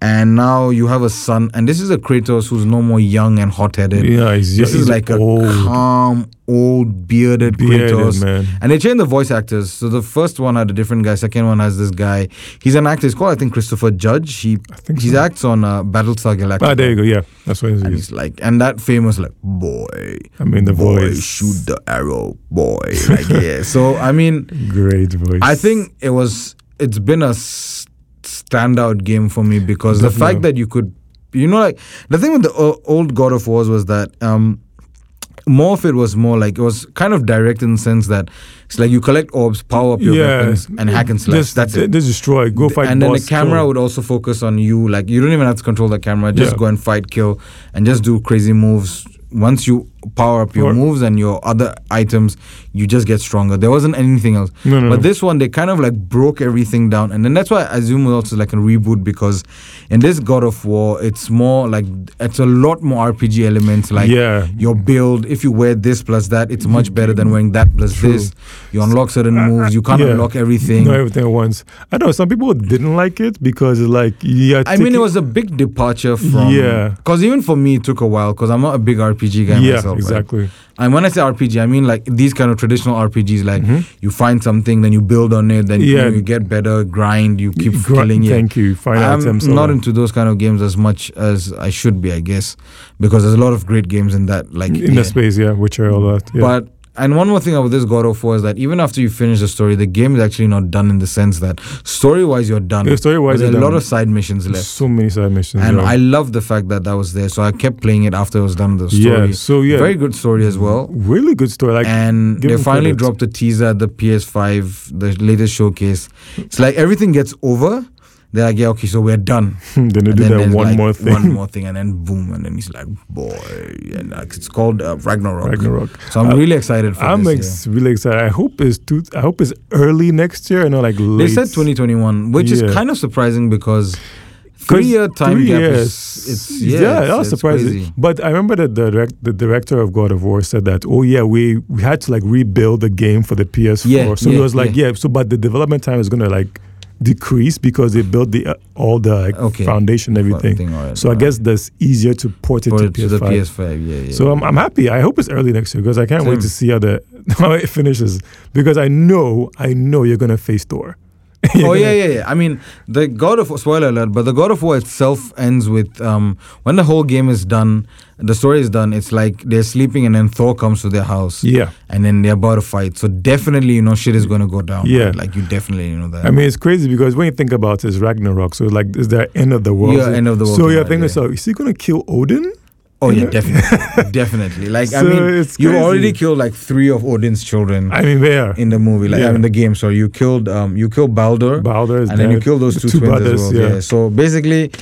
Speaker 1: and now you have a son and this is a kratos who's no more young and hot-headed
Speaker 2: Yeah. He's,
Speaker 1: this
Speaker 2: he's
Speaker 1: is like
Speaker 2: old,
Speaker 1: a calm old bearded,
Speaker 2: bearded
Speaker 1: kratos
Speaker 2: man.
Speaker 1: and they changed the voice actors. So the first one had a different guy. Second one has this guy. He's an actor. He's called, I think, Christopher Judge. He
Speaker 2: I think
Speaker 1: he
Speaker 2: so.
Speaker 1: acts on uh, Battlestar Galactica.
Speaker 2: Ah, there you go. Yeah, that's what it
Speaker 1: And
Speaker 2: is.
Speaker 1: he's like, and that famous like, boy,
Speaker 2: I mean, the
Speaker 1: boy,
Speaker 2: voice.
Speaker 1: shoot the arrow, boy. Like, yeah. So I mean,
Speaker 2: Great voice.
Speaker 1: I think it was. It's been a s- standout game for me because the fact
Speaker 2: Definitely.
Speaker 1: that you could, you know, like the thing with the o- old God of Wars was that um, more of it was more like it was kind of direct in the sense that it's like you collect orbs, power up your weapons, and hack and slash.
Speaker 2: Just,
Speaker 1: That's it.
Speaker 2: Just destroy. Go fight.
Speaker 1: and then the
Speaker 2: boss,
Speaker 1: camera
Speaker 2: kill.
Speaker 1: would also focus on you. Like you don't even have to control the camera. Just
Speaker 2: Yeah.
Speaker 1: go and fight, kill, and just do crazy moves. Once you power up your
Speaker 2: Or-
Speaker 1: moves and your other items, you just get stronger. There wasn't anything else.
Speaker 2: No, no,
Speaker 1: But
Speaker 2: no.
Speaker 1: this one, they kind of like broke everything down, and then that's why I assume was also like a reboot because in this God of War, it's more like it's a lot more RPG elements. Like
Speaker 2: yeah.
Speaker 1: your build, if you wear this plus that, it's much better than wearing that plus
Speaker 2: True.
Speaker 1: this. You unlock certain moves. You can't
Speaker 2: yeah.
Speaker 1: unlock everything.
Speaker 2: Not everything at once. I know some people didn't like it because like yeah.
Speaker 1: I mean, it was a big departure from.
Speaker 2: Yeah.
Speaker 1: Because even for me, it took a while because I'm not a big RPG guy
Speaker 2: yeah
Speaker 1: myself. right?
Speaker 2: exactly.
Speaker 1: And when I say RPG, I mean like these kind of traditional RPGs. Like you find something, then you build on it, then you,
Speaker 2: Mm-hmm. Yeah.
Speaker 1: know, you get better, grind, you keep
Speaker 2: Gra-
Speaker 1: killing it.
Speaker 2: Thank you. Fine
Speaker 1: I'm
Speaker 2: items. all
Speaker 1: not
Speaker 2: that.
Speaker 1: into those kind of games as much as I should be, I guess, because there's a lot of great games in that. Like
Speaker 2: in
Speaker 1: yeah.
Speaker 2: the space. Yeah, Witcher, all that. Yeah.
Speaker 1: But and one more thing about this God of War is that even after you finish the story, the game is actually not done in the sense that story-wise you're done.
Speaker 2: Yeah, story-wise,
Speaker 1: there's a
Speaker 2: you're
Speaker 1: lot
Speaker 2: done.
Speaker 1: of side missions left.
Speaker 2: so many side missions.
Speaker 1: And
Speaker 2: yeah.
Speaker 1: I love the fact that that was there. So I kept playing it after it was done. The story,
Speaker 2: yeah, so yeah,
Speaker 1: very good story as well.
Speaker 2: really good story. Like
Speaker 1: and
Speaker 2: give
Speaker 1: they
Speaker 2: them
Speaker 1: finally
Speaker 2: credit.
Speaker 1: dropped a teaser at the PS5, the latest showcase. It's like everything gets over. They're like, yeah, okay, so we're done.
Speaker 2: then they
Speaker 1: And
Speaker 2: did that
Speaker 1: there's
Speaker 2: one
Speaker 1: like
Speaker 2: more thing.
Speaker 1: One more thing, and then boom, and then he's like, boy, and like, it's called uh, Ragnarok.
Speaker 2: Ragnarok.
Speaker 1: So I'm
Speaker 2: Uh,
Speaker 1: really excited for
Speaker 2: I'm
Speaker 1: this. yeah.
Speaker 2: ex- really excited. I hope it's two, I hope it's early next year. I know, like
Speaker 1: They
Speaker 2: late.
Speaker 1: said 2021, which is
Speaker 2: Yeah.
Speaker 1: kind of surprising because
Speaker 2: 'Cause
Speaker 1: three year time
Speaker 2: three
Speaker 1: gap
Speaker 2: years.
Speaker 1: is it's yeah, it's,
Speaker 2: that was
Speaker 1: it's
Speaker 2: surprising.
Speaker 1: crazy.
Speaker 2: But I remember the direct, the director of God of War said that, oh yeah, we, we had to like rebuild the game for the PS4.
Speaker 1: Yeah,
Speaker 2: so
Speaker 1: yeah,
Speaker 2: it was like, yeah. So but the development time is gonna like decrease because they built the uh, all the like
Speaker 1: Okay.
Speaker 2: foundation everything.
Speaker 1: Thing, all right,
Speaker 2: So
Speaker 1: all
Speaker 2: I
Speaker 1: right.
Speaker 2: guess that's easier to port it
Speaker 1: Or
Speaker 2: to
Speaker 1: to the
Speaker 2: PS5.
Speaker 1: PS5. Yeah, Hmm. yeah.
Speaker 2: So uh, I'm, I'm happy. I hope it's early next year because I can't
Speaker 1: Same.
Speaker 2: wait to see how the how it finishes. Because I know I know you're gonna face Thor.
Speaker 1: oh yeah, yeah, yeah. I mean, the God of spoiler alert, but the God of War itself ends with um, when the whole game is done, the story is done. It's like they're sleeping, and then Thor comes to their house,
Speaker 2: Yeah.
Speaker 1: and then they're about to fight. So definitely, you know, shit is gonna go down.
Speaker 2: Yeah.
Speaker 1: right? like you definitely know that.
Speaker 2: I mean, it's crazy because when you think about it, it's Ragnarok. So, like, is there end of the world?
Speaker 1: Yeah,
Speaker 2: So-
Speaker 1: end of the world
Speaker 2: So,
Speaker 1: came
Speaker 2: you're
Speaker 1: out,
Speaker 2: thinking,
Speaker 1: yeah.
Speaker 2: so is he going to kill Odin?
Speaker 1: oh yeah, definitely, definitely. Like I
Speaker 2: So
Speaker 1: mean,
Speaker 2: it's
Speaker 1: you
Speaker 2: crazy.
Speaker 1: already killed like three of Odin's children
Speaker 2: I mean, where?
Speaker 1: in the movie. Like
Speaker 2: Yeah.
Speaker 1: I mean, the game. So you killed, um, you killed Baldur.
Speaker 2: Balder is
Speaker 1: and then you
Speaker 2: dead.
Speaker 1: kill those
Speaker 2: The
Speaker 1: two, twins
Speaker 2: brothers,
Speaker 1: as well. Yeah. So basically,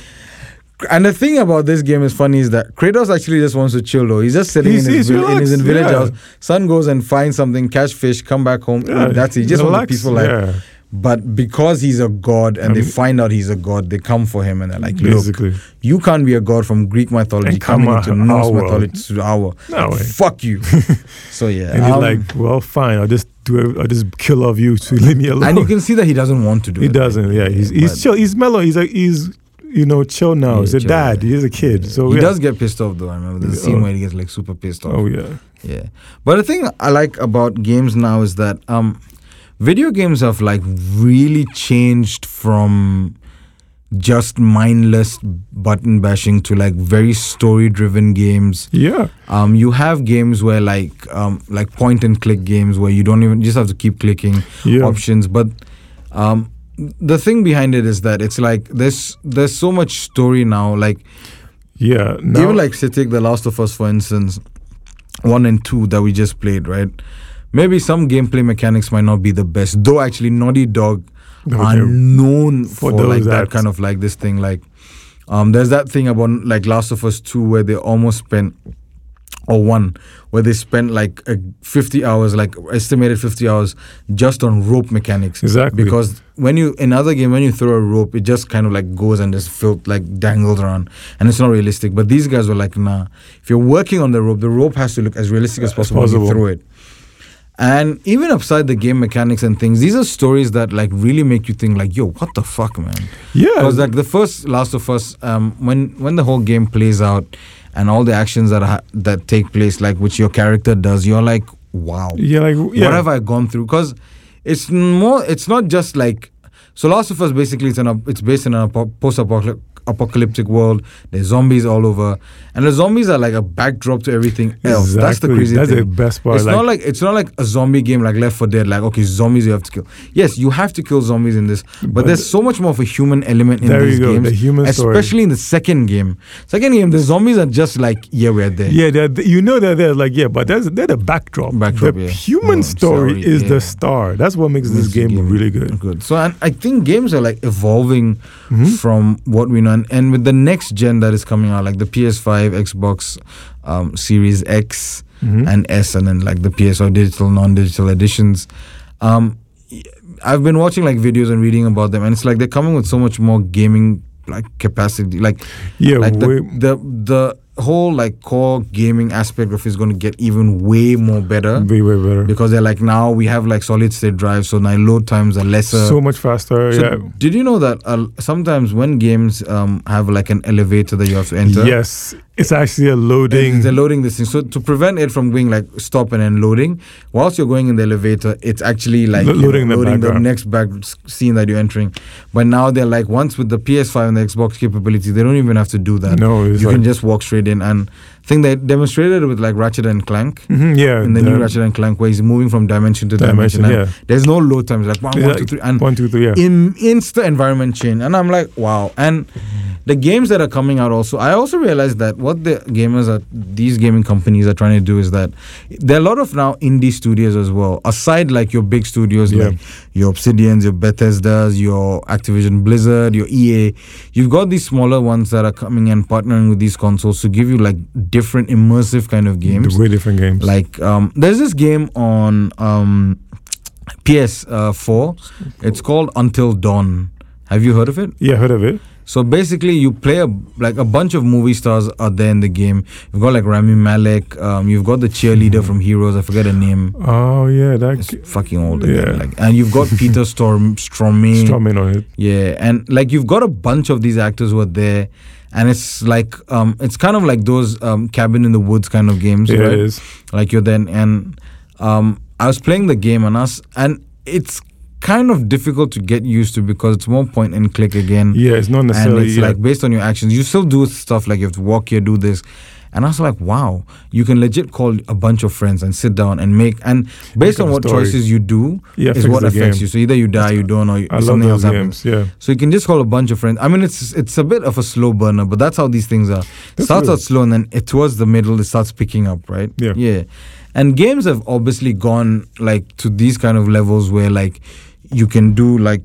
Speaker 1: and the thing about this game is funny is that Kratos actually just wants to chill though. He's just sitting
Speaker 2: He's-
Speaker 1: in his
Speaker 2: he's
Speaker 1: vil- in his
Speaker 2: relaxed,
Speaker 1: village
Speaker 2: yeah.
Speaker 1: house. Son goes and finds something, catch fish, come back home.
Speaker 2: Yeah,
Speaker 1: that's it. He just wants a
Speaker 2: relax,
Speaker 1: peaceful life.
Speaker 2: yeah,
Speaker 1: But because he's a god, and
Speaker 2: I
Speaker 1: they
Speaker 2: mean-
Speaker 1: find out he's a god, they come for him and they're like, "Look,
Speaker 2: basically.
Speaker 1: you can't be a god from Greek mythology
Speaker 2: And come
Speaker 1: coming into
Speaker 2: our-
Speaker 1: Norse
Speaker 2: our world.
Speaker 1: mythology to our
Speaker 2: No way.
Speaker 1: fuck you." so yeah,
Speaker 2: And
Speaker 1: um,
Speaker 2: he's like, well, fine. I'll just do. it- I'll just kill off you to leave me alone.
Speaker 1: and you can see that he doesn't want to do
Speaker 2: he
Speaker 1: it.
Speaker 2: doesn't. Yeah, he's
Speaker 1: but-
Speaker 2: he's chill. He's mellow. He's like he's you know chill now.
Speaker 1: Yeah,
Speaker 2: he's a
Speaker 1: chill,
Speaker 2: dad.
Speaker 1: yeah.
Speaker 2: He's a kid.
Speaker 1: Yeah.
Speaker 2: So
Speaker 1: he
Speaker 2: yeah.
Speaker 1: does get pissed off though. I remember there's a scene
Speaker 2: Oh.
Speaker 1: where he gets like super pissed off.
Speaker 2: Oh yeah.
Speaker 1: Yeah. But the thing I like about games now is that um video games have like really changed from just mindless button bashing to like very story driven games.
Speaker 2: Yeah.
Speaker 1: Um you have games where like um like point and click games where you don't even you just have to keep clicking
Speaker 2: Yeah.
Speaker 1: options. But um, the thing behind it is that it's like there's there's so much story now. Like
Speaker 2: Yeah. Now,
Speaker 1: even like say take The Last of Us for instance, one and two that we just played, right? Maybe some gameplay mechanics might not be the best, though. Actually, Naughty Dog
Speaker 2: No,
Speaker 1: are
Speaker 2: they're-
Speaker 1: known for,
Speaker 2: for
Speaker 1: like
Speaker 2: those
Speaker 1: that
Speaker 2: apps.
Speaker 1: kind of like this thing. Like, um, there's that thing about like Last of Us two where they almost spent or one where they spent like a 50 hours like estimated 50 hours just on rope mechanics
Speaker 2: Exactly.
Speaker 1: because when you in other game when you throw a rope it just kind of like goes and just felt like dangles around and it's not realistic but these guys were like nah if you're working on the rope the rope has to look as realistic as
Speaker 2: As
Speaker 1: possible, when you
Speaker 2: possible.
Speaker 1: throw it and even outside the game mechanics and things these are stories that like really make you think like yo what the fuck man
Speaker 2: Yeah.
Speaker 1: because like the first Last of Us, um, when when the whole game plays out and all the actions that ha- that take place, like which your character does, you're like, wow,
Speaker 2: yeah. Like yeah.
Speaker 1: what have I gone through? Because it's more, it's not just like. So Last of Us basically it's an ap- it's based in a post apocalyptic world. There's zombies all over, and the zombies are like a backdrop to everything else.
Speaker 2: Exactly.
Speaker 1: That's the crazy
Speaker 2: That's
Speaker 1: thing.
Speaker 2: the best part.
Speaker 1: It's
Speaker 2: like,
Speaker 1: not like it's not like a zombie game like Left 4 Dead. Like okay, zombies you have to kill. Yes, you have to kill zombies in this, but,
Speaker 2: But-
Speaker 1: there's so much more of a human element in
Speaker 2: there
Speaker 1: these
Speaker 2: you go.
Speaker 1: games,
Speaker 2: The human story.
Speaker 1: especially in the second game. Second game, the zombies are just like yeah, we're there.
Speaker 2: Yeah, they're, th- you know they're there. Like, yeah, but that's they're the backdrop.
Speaker 1: Backdrop,
Speaker 2: the
Speaker 1: yeah.
Speaker 2: human
Speaker 1: Yeah,
Speaker 2: story
Speaker 1: story,
Speaker 2: is
Speaker 1: yeah.
Speaker 2: the star. That's what makes this
Speaker 1: Makes the
Speaker 2: game,
Speaker 1: game
Speaker 2: really good. Mm-hmm.
Speaker 1: Good. So and I think games are like evolving from what we know, and, and with the next gen that is coming out, like the PS5, Xbox um, Series X,
Speaker 2: Mhm.
Speaker 1: and S, and then like the PSO digital, non-digital editions. Um, y- I've been watching like videos and reading about them, and it's like they're coming with so much more gaming like capacity, like
Speaker 2: yeah,
Speaker 1: like the,
Speaker 2: way,
Speaker 1: the the whole like core gaming aspect of it is going to get even way more better
Speaker 2: way, way better.
Speaker 1: because they're like now we have like solid state drives, so now load times are lesser.
Speaker 2: so much faster.
Speaker 1: uh, So
Speaker 2: yeah.
Speaker 1: Did you know that uh, sometimes when games um, have like an elevator that you have to enter?
Speaker 2: Yes, it's actually a loading.
Speaker 1: They're loading this thing. So to prevent it from being like stop and then loading, whilst you're going in the elevator, it's actually like
Speaker 2: Lo-
Speaker 1: you know,
Speaker 2: loading the
Speaker 1: loading the
Speaker 2: background.
Speaker 1: next back s- scene that you're entering. But now they're like once with the PS5 and the Xbox capability, they don't even have to do that.
Speaker 2: no, it's
Speaker 1: you
Speaker 2: like,
Speaker 1: can just walk straight in. And I think they demonstrated it with like Ratchet and Clank.
Speaker 2: Mhm, yeah,
Speaker 1: In the new Ratchet and Clank, where he's moving from dimension to dimension,
Speaker 2: dimension.
Speaker 1: and
Speaker 2: Yeah,
Speaker 1: there's no load times like one,
Speaker 2: Yeah,
Speaker 1: one, two, three, and
Speaker 2: one, two, three. Yeah,
Speaker 1: in instant environment change and i'm like wow and the games that are coming out also i also realized that what the gamers are these gaming companies are trying to do is that there are a lot of now indie studios as well aside like your big studios
Speaker 2: Yeah.
Speaker 1: like your obsidians your bethesdas your activision blizzard your ea you've got these smaller ones that are coming and partnering with these consoles to give you like different immersive kind of games
Speaker 2: way different games.
Speaker 1: like um, there's this game on um, PS4. it's called Until Dawn. Have you heard of it?
Speaker 2: yeah, heard of it?
Speaker 1: So basically, you play a, like a bunch of movie stars are there in the game. You've got like Rami Malek. Um, you've got the cheerleader from Heroes. I forget her name.
Speaker 2: Oh yeah, that
Speaker 1: It's
Speaker 2: g-
Speaker 1: fucking old.
Speaker 2: Yeah.
Speaker 1: Again, like, and you've got Peter Storm Stormy.
Speaker 2: strumming on it.
Speaker 1: Yeah, and like you've got a bunch of these actors who are there, and it's like um, it's kind of like those um, cabin in the woods kind of games.
Speaker 2: Yeah,
Speaker 1: right?
Speaker 2: it is.
Speaker 1: like you're then and um, I was playing the game and us and it's kind of difficult to get used to because it's more point and click again.
Speaker 2: Yeah, it's not
Speaker 1: and
Speaker 2: necessarily.
Speaker 1: it's
Speaker 2: yeah.
Speaker 1: like based on your actions, you still do stuff like you have to walk here, do this. And I was like, wow, you can legit call a bunch of friends and sit down and make. And based
Speaker 2: up
Speaker 1: on
Speaker 2: a
Speaker 1: what
Speaker 2: story.
Speaker 1: choices you do
Speaker 2: Yeah,
Speaker 1: is
Speaker 2: fix
Speaker 1: what
Speaker 2: the
Speaker 1: affects
Speaker 2: game.
Speaker 1: you. So either you die, you don't, or you-
Speaker 2: I love
Speaker 1: something
Speaker 2: those
Speaker 1: else happens.
Speaker 2: games. Yeah.
Speaker 1: So you can just call a bunch of friends. I mean, it's it's a bit of a slow burner, but that's how these things are. It starts
Speaker 2: true.
Speaker 1: out slow, and then it, towards the middle, it starts picking up, right?
Speaker 2: Yeah.
Speaker 1: Yeah. And games have obviously gone like to these kind of levels where like you can do like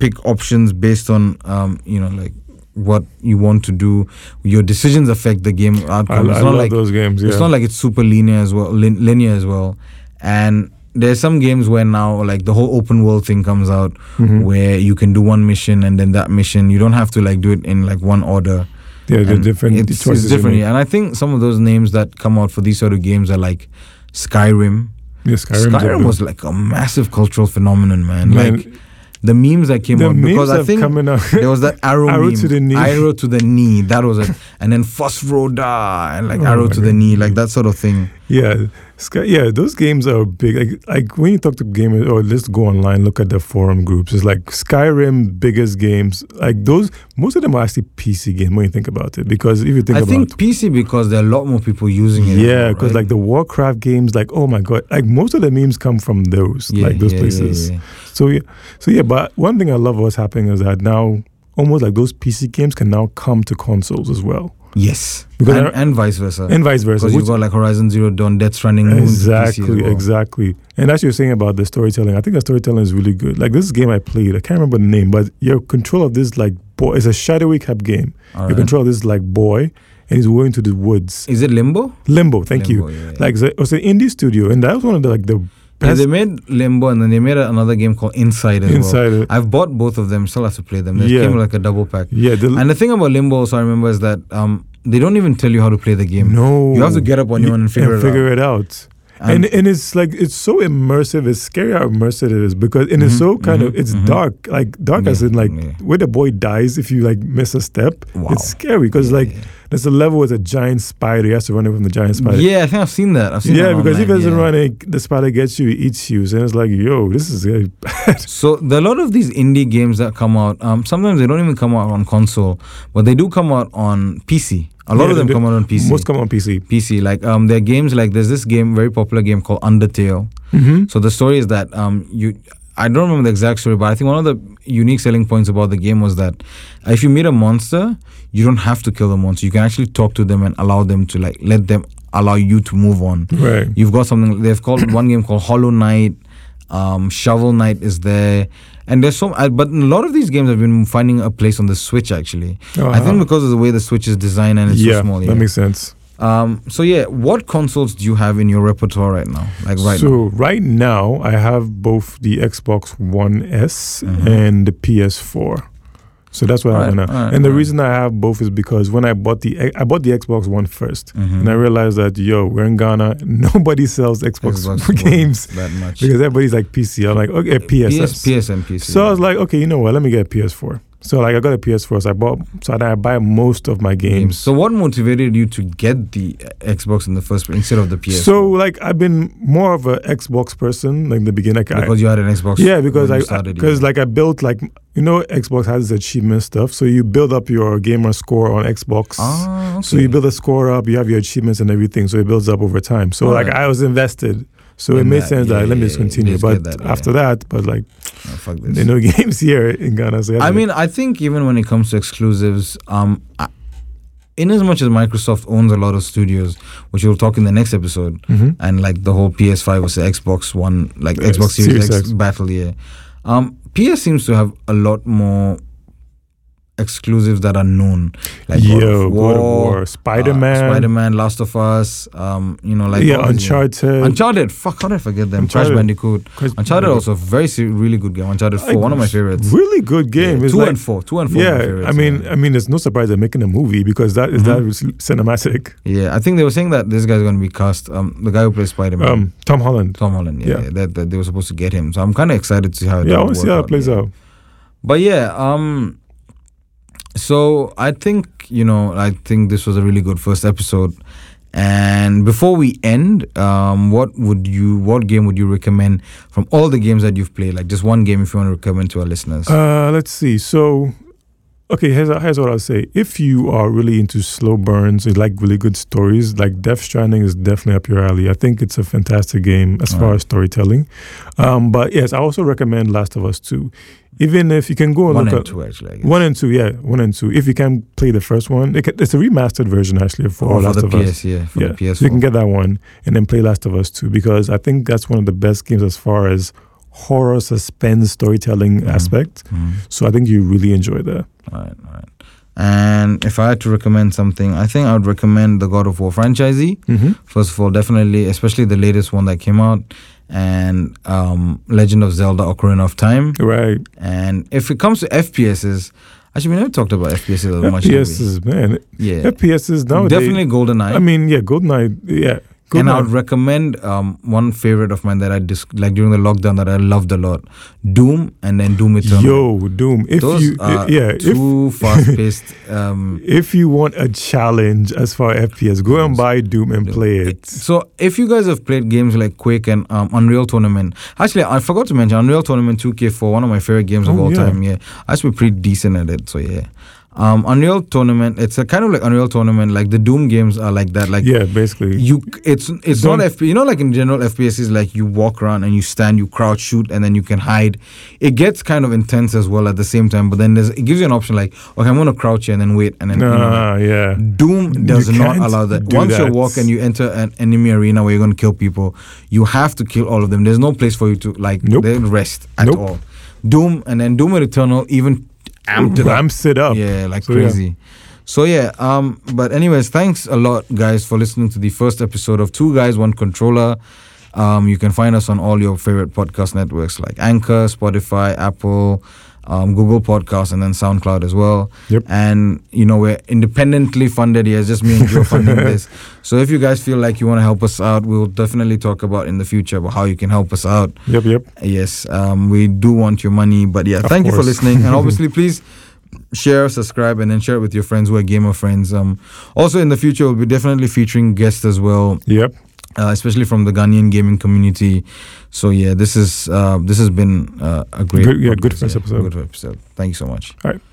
Speaker 1: pick options based on um you know like what you want to do. Your decisions affect the game
Speaker 2: I, I
Speaker 1: outcome. it's
Speaker 2: love
Speaker 1: not like
Speaker 2: those games. Yeah.
Speaker 1: it's not like it's super linear as well, lin- linear as well. And there's some games where now like the whole open world thing comes out
Speaker 2: Mhm.
Speaker 1: where you can do one mission and then that mission. You don't have to like do it in like one order.
Speaker 2: yeah, the
Speaker 1: And
Speaker 2: different
Speaker 1: It's, it's
Speaker 2: choices. you
Speaker 1: different,
Speaker 2: make.
Speaker 1: yeah. and I think some of those names that come out for these sort of games are like Skyrim.
Speaker 2: Yeah,
Speaker 1: Skyrim,
Speaker 2: Skyrim's a good-
Speaker 1: was like a massive cultural phenomenon, man.
Speaker 2: Man,
Speaker 1: Like the memes that came
Speaker 2: the
Speaker 1: out
Speaker 2: memes
Speaker 1: because I
Speaker 2: have
Speaker 1: think
Speaker 2: coming out.
Speaker 1: there was that arrow,
Speaker 2: Arrow
Speaker 1: meme,
Speaker 2: to the knee.
Speaker 1: arrow to the knee. That was it, and then Phosphoroda and like
Speaker 2: Oh
Speaker 1: arrow
Speaker 2: my
Speaker 1: to the
Speaker 2: God.
Speaker 1: knee, like that sort of thing.
Speaker 2: Yeah, Sky, yeah, those games are big. Like, like when you talk to gamers, or let's go online, look at the forum groups. It's like Skyrim, biggest games. Like those, most of them are actually PC games when you think about it. Because if you think
Speaker 1: I
Speaker 2: about,
Speaker 1: think PC because there are a lot more people using it. now,
Speaker 2: yeah, because
Speaker 1: right?
Speaker 2: like the Warcraft games, like oh my god, like most of the memes come from those,
Speaker 1: Yeah,
Speaker 2: like those
Speaker 1: yeah, yeah,
Speaker 2: places.
Speaker 1: yeah.
Speaker 2: So yeah, so yeah. But one thing I love what's happening is that now almost like those PC games can now come to consoles as well,
Speaker 1: Yes,
Speaker 2: Because
Speaker 1: and,
Speaker 2: I-
Speaker 1: and vice versa.
Speaker 2: and vice versa.
Speaker 1: because
Speaker 2: which-
Speaker 1: you've got like Horizon Zero Dawn, Death Stranding, Moon,
Speaker 2: Exactly,
Speaker 1: PC as well.
Speaker 2: exactly. And as you're saying about the storytelling, I think the storytelling is really good. Like this game I played, I can't remember the name, but your control of this like boy it's a shadowy cap game.
Speaker 1: All
Speaker 2: You
Speaker 1: right.
Speaker 2: control this like boy and he's going to the woods.
Speaker 1: Is it Limbo?
Speaker 2: Limbo, thank
Speaker 1: Limbo,
Speaker 2: you.
Speaker 1: yeah, yeah.
Speaker 2: Like it was an indie studio and that was one of the like the
Speaker 1: Yeah,
Speaker 2: best
Speaker 1: they made Limbo and then they made another game called Inside as well.
Speaker 2: inside it.
Speaker 1: I've bought both of them. Still have to play them. They
Speaker 2: Yeah.
Speaker 1: came like a double pack.
Speaker 2: Yeah, the
Speaker 1: And the thing about Limbo, also I remember, is that um, they don't even tell you how to play the game.
Speaker 2: no
Speaker 1: You have to get up on your own and figure it
Speaker 2: figure it out.
Speaker 1: out.
Speaker 2: and and it's like it's so immersive. It's scary how immersive it is because and it's
Speaker 1: Mhm,
Speaker 2: so kind of
Speaker 1: mhm,
Speaker 2: it's
Speaker 1: mhm.
Speaker 2: dark, like dark as
Speaker 1: Yeah,
Speaker 2: in like
Speaker 1: yeah.
Speaker 2: where the boy dies if you like miss a step.
Speaker 1: Wow.
Speaker 2: It's scary because
Speaker 1: Yeah,
Speaker 2: like
Speaker 1: yeah.
Speaker 2: there's a level with a giant spider. You have to run away from the giant spider.
Speaker 1: yeah, I think I've seen that. I've seen
Speaker 2: Yeah,
Speaker 1: that
Speaker 2: because if
Speaker 1: online,
Speaker 2: doesn't
Speaker 1: yeah.
Speaker 2: run, it, the spider gets you, it eats you, and it's like, yo, this is uh,
Speaker 1: So the, a lot of these indie games that come out, um, sometimes they don't even come out on console, but they do come out on PC. A lot
Speaker 2: Yeah,
Speaker 1: of them
Speaker 2: they-
Speaker 1: come out on PC.
Speaker 2: most come on PC.
Speaker 1: PC, like um, there are games like there's this game, very popular game called Undertale.
Speaker 2: Mm-hmm.
Speaker 1: So the story is that um, you, I don't remember the exact story, but I think one of the unique selling points about the game was that if you meet a monster, you don't have to kill the monster. You can actually talk to them and allow them to like let them allow you to move on.
Speaker 2: Right.
Speaker 1: You've got something. They've called one game called Hollow Knight. Um, Shovel Knight is there, and there's so. I- But a lot of these games have been finding a place on the Switch. Actually, I think because of the way the Switch is designed and it's
Speaker 2: Uh-huh. yeah,
Speaker 1: so small.
Speaker 2: that makes sense.
Speaker 1: um. So yeah, what consoles do you have in your repertoire right now? Like right
Speaker 2: so
Speaker 1: now.
Speaker 2: right now, I have both the Xbox One S
Speaker 1: Mhm.
Speaker 2: and the PS4. So that's what I have
Speaker 1: Alright,
Speaker 2: now.
Speaker 1: alright,
Speaker 2: and the
Speaker 1: alright.
Speaker 2: reason I have both is because when I bought the I bought the Xbox One first,
Speaker 1: Mhm.
Speaker 2: and I realized that yo, we're in Ghana, nobody sells Xbox,
Speaker 1: Xbox One
Speaker 2: games
Speaker 1: that much.
Speaker 2: because everybody's like PC. I'm like okay,
Speaker 1: PS,
Speaker 2: PS.
Speaker 1: PSN, PC.
Speaker 2: So I was like, okay, you know what? Let me get a PS4. So like I got a PS4, so I bought. So then I buy most of my games.
Speaker 1: So what motivated you to get the uh, Xbox in the first place instead of the PS?
Speaker 2: So like I've been more of a Xbox person like in the beginning. Like I,
Speaker 1: because you had an Xbox.
Speaker 2: Yeah, because
Speaker 1: when
Speaker 2: I
Speaker 1: you started,
Speaker 2: because
Speaker 1: yeah.
Speaker 2: like I built like you know Xbox has this achievement stuff, so you build up your gamer score on Xbox.
Speaker 1: Ah,
Speaker 2: So you
Speaker 1: okay.
Speaker 2: build a score up, you have your achievements and everything, so it builds up over time. So like
Speaker 1: Alright.
Speaker 2: I was invested, so it
Speaker 1: In
Speaker 2: made
Speaker 1: that,
Speaker 2: sense
Speaker 1: yeah,
Speaker 2: that let me
Speaker 1: yeah,
Speaker 2: just
Speaker 1: yeah,
Speaker 2: continue.
Speaker 1: let's
Speaker 2: But
Speaker 1: get that, yeah.
Speaker 2: after that, but like
Speaker 1: Oh, fuck this.
Speaker 2: there are no games here in Ghana. So
Speaker 1: I mean, I think even when it comes to exclusives, um, I, in as much as Microsoft owns a lot of studios, which we'll talk in the next episode,
Speaker 2: hmm
Speaker 1: and like the whole PS5 versus Xbox One, like
Speaker 2: Yeah,
Speaker 1: Xbox Series,
Speaker 2: Series
Speaker 1: X,
Speaker 2: X.
Speaker 1: battle, yeah. Um, PS seems to have a lot more exclusives that are known, like God
Speaker 2: yo,
Speaker 1: of
Speaker 2: God of
Speaker 1: War, uh,
Speaker 2: War, Spider Man,
Speaker 1: Spider Man, Last of Us, um, you know, like
Speaker 2: yeah,
Speaker 1: all these-
Speaker 2: Uncharted,
Speaker 1: Uncharted, fuck, how did I forget them? Crash
Speaker 2: Uncharted.
Speaker 1: Bandicoot.
Speaker 2: Crash-
Speaker 1: Uncharted also a very se- really good game. Uncharted Four,
Speaker 2: Like,
Speaker 1: one of my favorites.
Speaker 2: Really good game.
Speaker 1: Yeah,
Speaker 2: It's
Speaker 1: two
Speaker 2: like-
Speaker 1: and four, two and four. are my
Speaker 2: Yeah,
Speaker 1: favorites,
Speaker 2: I mean,
Speaker 1: yeah.
Speaker 2: I mean, it's no surprise they're making a movie because that is that
Speaker 1: Mhm.
Speaker 2: was cinematic.
Speaker 1: yeah, I think they were saying that this guy's going to be cast. Um, the guy who plays Spider Man,
Speaker 2: Um, Tom Holland.
Speaker 1: Tom Holland. Yeah,
Speaker 2: yeah.
Speaker 1: yeah, that, that they were supposed to get him. So I'm kind of excited to see how. it
Speaker 2: Yeah, I
Speaker 1: all
Speaker 2: want to see
Speaker 1: work
Speaker 2: how it plays
Speaker 1: yeah.
Speaker 2: out.
Speaker 1: But yeah, um, so I think you know, I think this was a really good first episode, And before we end, um, what would you, what game would you recommend from all the games that you've played? Like just one game, if you want to recommend to our listeners.
Speaker 2: Uh, let's see. So, okay, here's, here's what I'll say. If you are really into slow burns, you like really good stories, like Death Stranding is definitely up your alley. I think it's a fantastic game as far
Speaker 1: Alright.
Speaker 2: as storytelling. Um, but yes, I also recommend Last of Us 2. Even if you can go and
Speaker 1: one
Speaker 2: look
Speaker 1: and
Speaker 2: at
Speaker 1: two, actually. I guess.
Speaker 2: one and two, yeah, one and two. If you can play the first one, it, ca- it's a remastered version actually for
Speaker 1: Or Oh, for
Speaker 2: Last
Speaker 1: the
Speaker 2: of Us.
Speaker 1: PS, yeah, for the PS4.
Speaker 2: So you can get that one and then play Last of Us 2 because I think that's one of the best games as far as horror suspense storytelling
Speaker 1: Mhm.
Speaker 2: aspect.
Speaker 1: Mm.
Speaker 2: So I think you really enjoy that.
Speaker 1: All right, all right. And if I had to recommend something, I think I would recommend the God of War franchisee.
Speaker 2: Mm-hmm.
Speaker 1: First of all, definitely, especially the latest one that came out, and um, Legend of Zelda: Ocarina of Time.
Speaker 2: Right.
Speaker 1: And if it comes to FPSs, actually, we never talked about FPSs that much. have
Speaker 2: FPS
Speaker 1: we?
Speaker 2: is man.
Speaker 1: yeah,
Speaker 2: FPS is nowadays.
Speaker 1: definitely GoldenEye.
Speaker 2: I mean, yeah, Goldeneye. Yeah,
Speaker 1: and I would
Speaker 2: Goldeneye.
Speaker 1: recommend um, one favorite of mine that I dis- like during the lockdown that I loved a lot, Doom, and then Doom Eternal.
Speaker 2: Yo, Doom. If
Speaker 1: Those
Speaker 2: you,
Speaker 1: are
Speaker 2: yeah, if
Speaker 1: two fast-paced. Um,
Speaker 2: if you want a challenge as far as FPS, go and buy Doom and
Speaker 1: Doom.
Speaker 2: play it.
Speaker 1: So, if you guys have played games like Quake and um, Unreal Tournament, actually, I forgot to mention Unreal Tournament 2K4, one of my favorite games of
Speaker 2: Oh,
Speaker 1: all
Speaker 2: yeah.
Speaker 1: time. Yeah, I used to be pretty decent at it. So, yeah. Um, Unreal Tournament, it's a kind of like Unreal Tournament, like the Doom games are like that. Like,
Speaker 2: Yeah, basically.
Speaker 1: you, c- it's it's
Speaker 2: Don't-
Speaker 1: not FP. You know, like in general, FPS is like you walk around and you stand, you crouch, shoot, and then you can hide. It gets kind of intense as well at the same time. But then there's it gives you an option like, okay, I'm gonna crouch here and then wait, and then you know, like,
Speaker 2: nah, yeah.
Speaker 1: Doom does
Speaker 2: You
Speaker 1: not
Speaker 2: can't
Speaker 1: allow that.
Speaker 2: do
Speaker 1: Once you
Speaker 2: that.
Speaker 1: walk and you enter an enemy arena where you're going to kill people, you have to kill all of them. There's no place for you to like
Speaker 2: Nope.
Speaker 1: then rest at
Speaker 2: Nope.
Speaker 1: all. Doom and then Doom Eternal even amped it up.
Speaker 2: Ramps it up.
Speaker 1: Yeah, like
Speaker 2: So, yeah.
Speaker 1: crazy. So yeah, um, but anyways, thanks a lot, guys, for listening to the first episode of Two Guys One Controller. Um, you can find us on all your favorite podcast networks like Anchor, Spotify, Apple, um, Google Podcasts, and then SoundCloud as well.
Speaker 2: Yep.
Speaker 1: And you know we're independently funded here. It's just me and Joe funding this. So if you guys feel like you want to help us out, we'll definitely talk about in the future about how you can help us out.
Speaker 2: Yep, yep.
Speaker 1: Yes, um, we do want your money, but yeah,
Speaker 2: Of
Speaker 1: thank you for
Speaker 2: course.
Speaker 1: listening, and obviously, please share, subscribe, and then share it with your friends who are gamer friends. Um, also in the future, we'll be definitely featuring guests as well,
Speaker 2: Yep.
Speaker 1: uh, especially from the Ghanaian gaming community. So yeah, this is uh, this has been uh, a great,
Speaker 2: Good- yeah, good
Speaker 1: podcast,
Speaker 2: first episode.
Speaker 1: Good episode. Thank you so much.
Speaker 2: All right.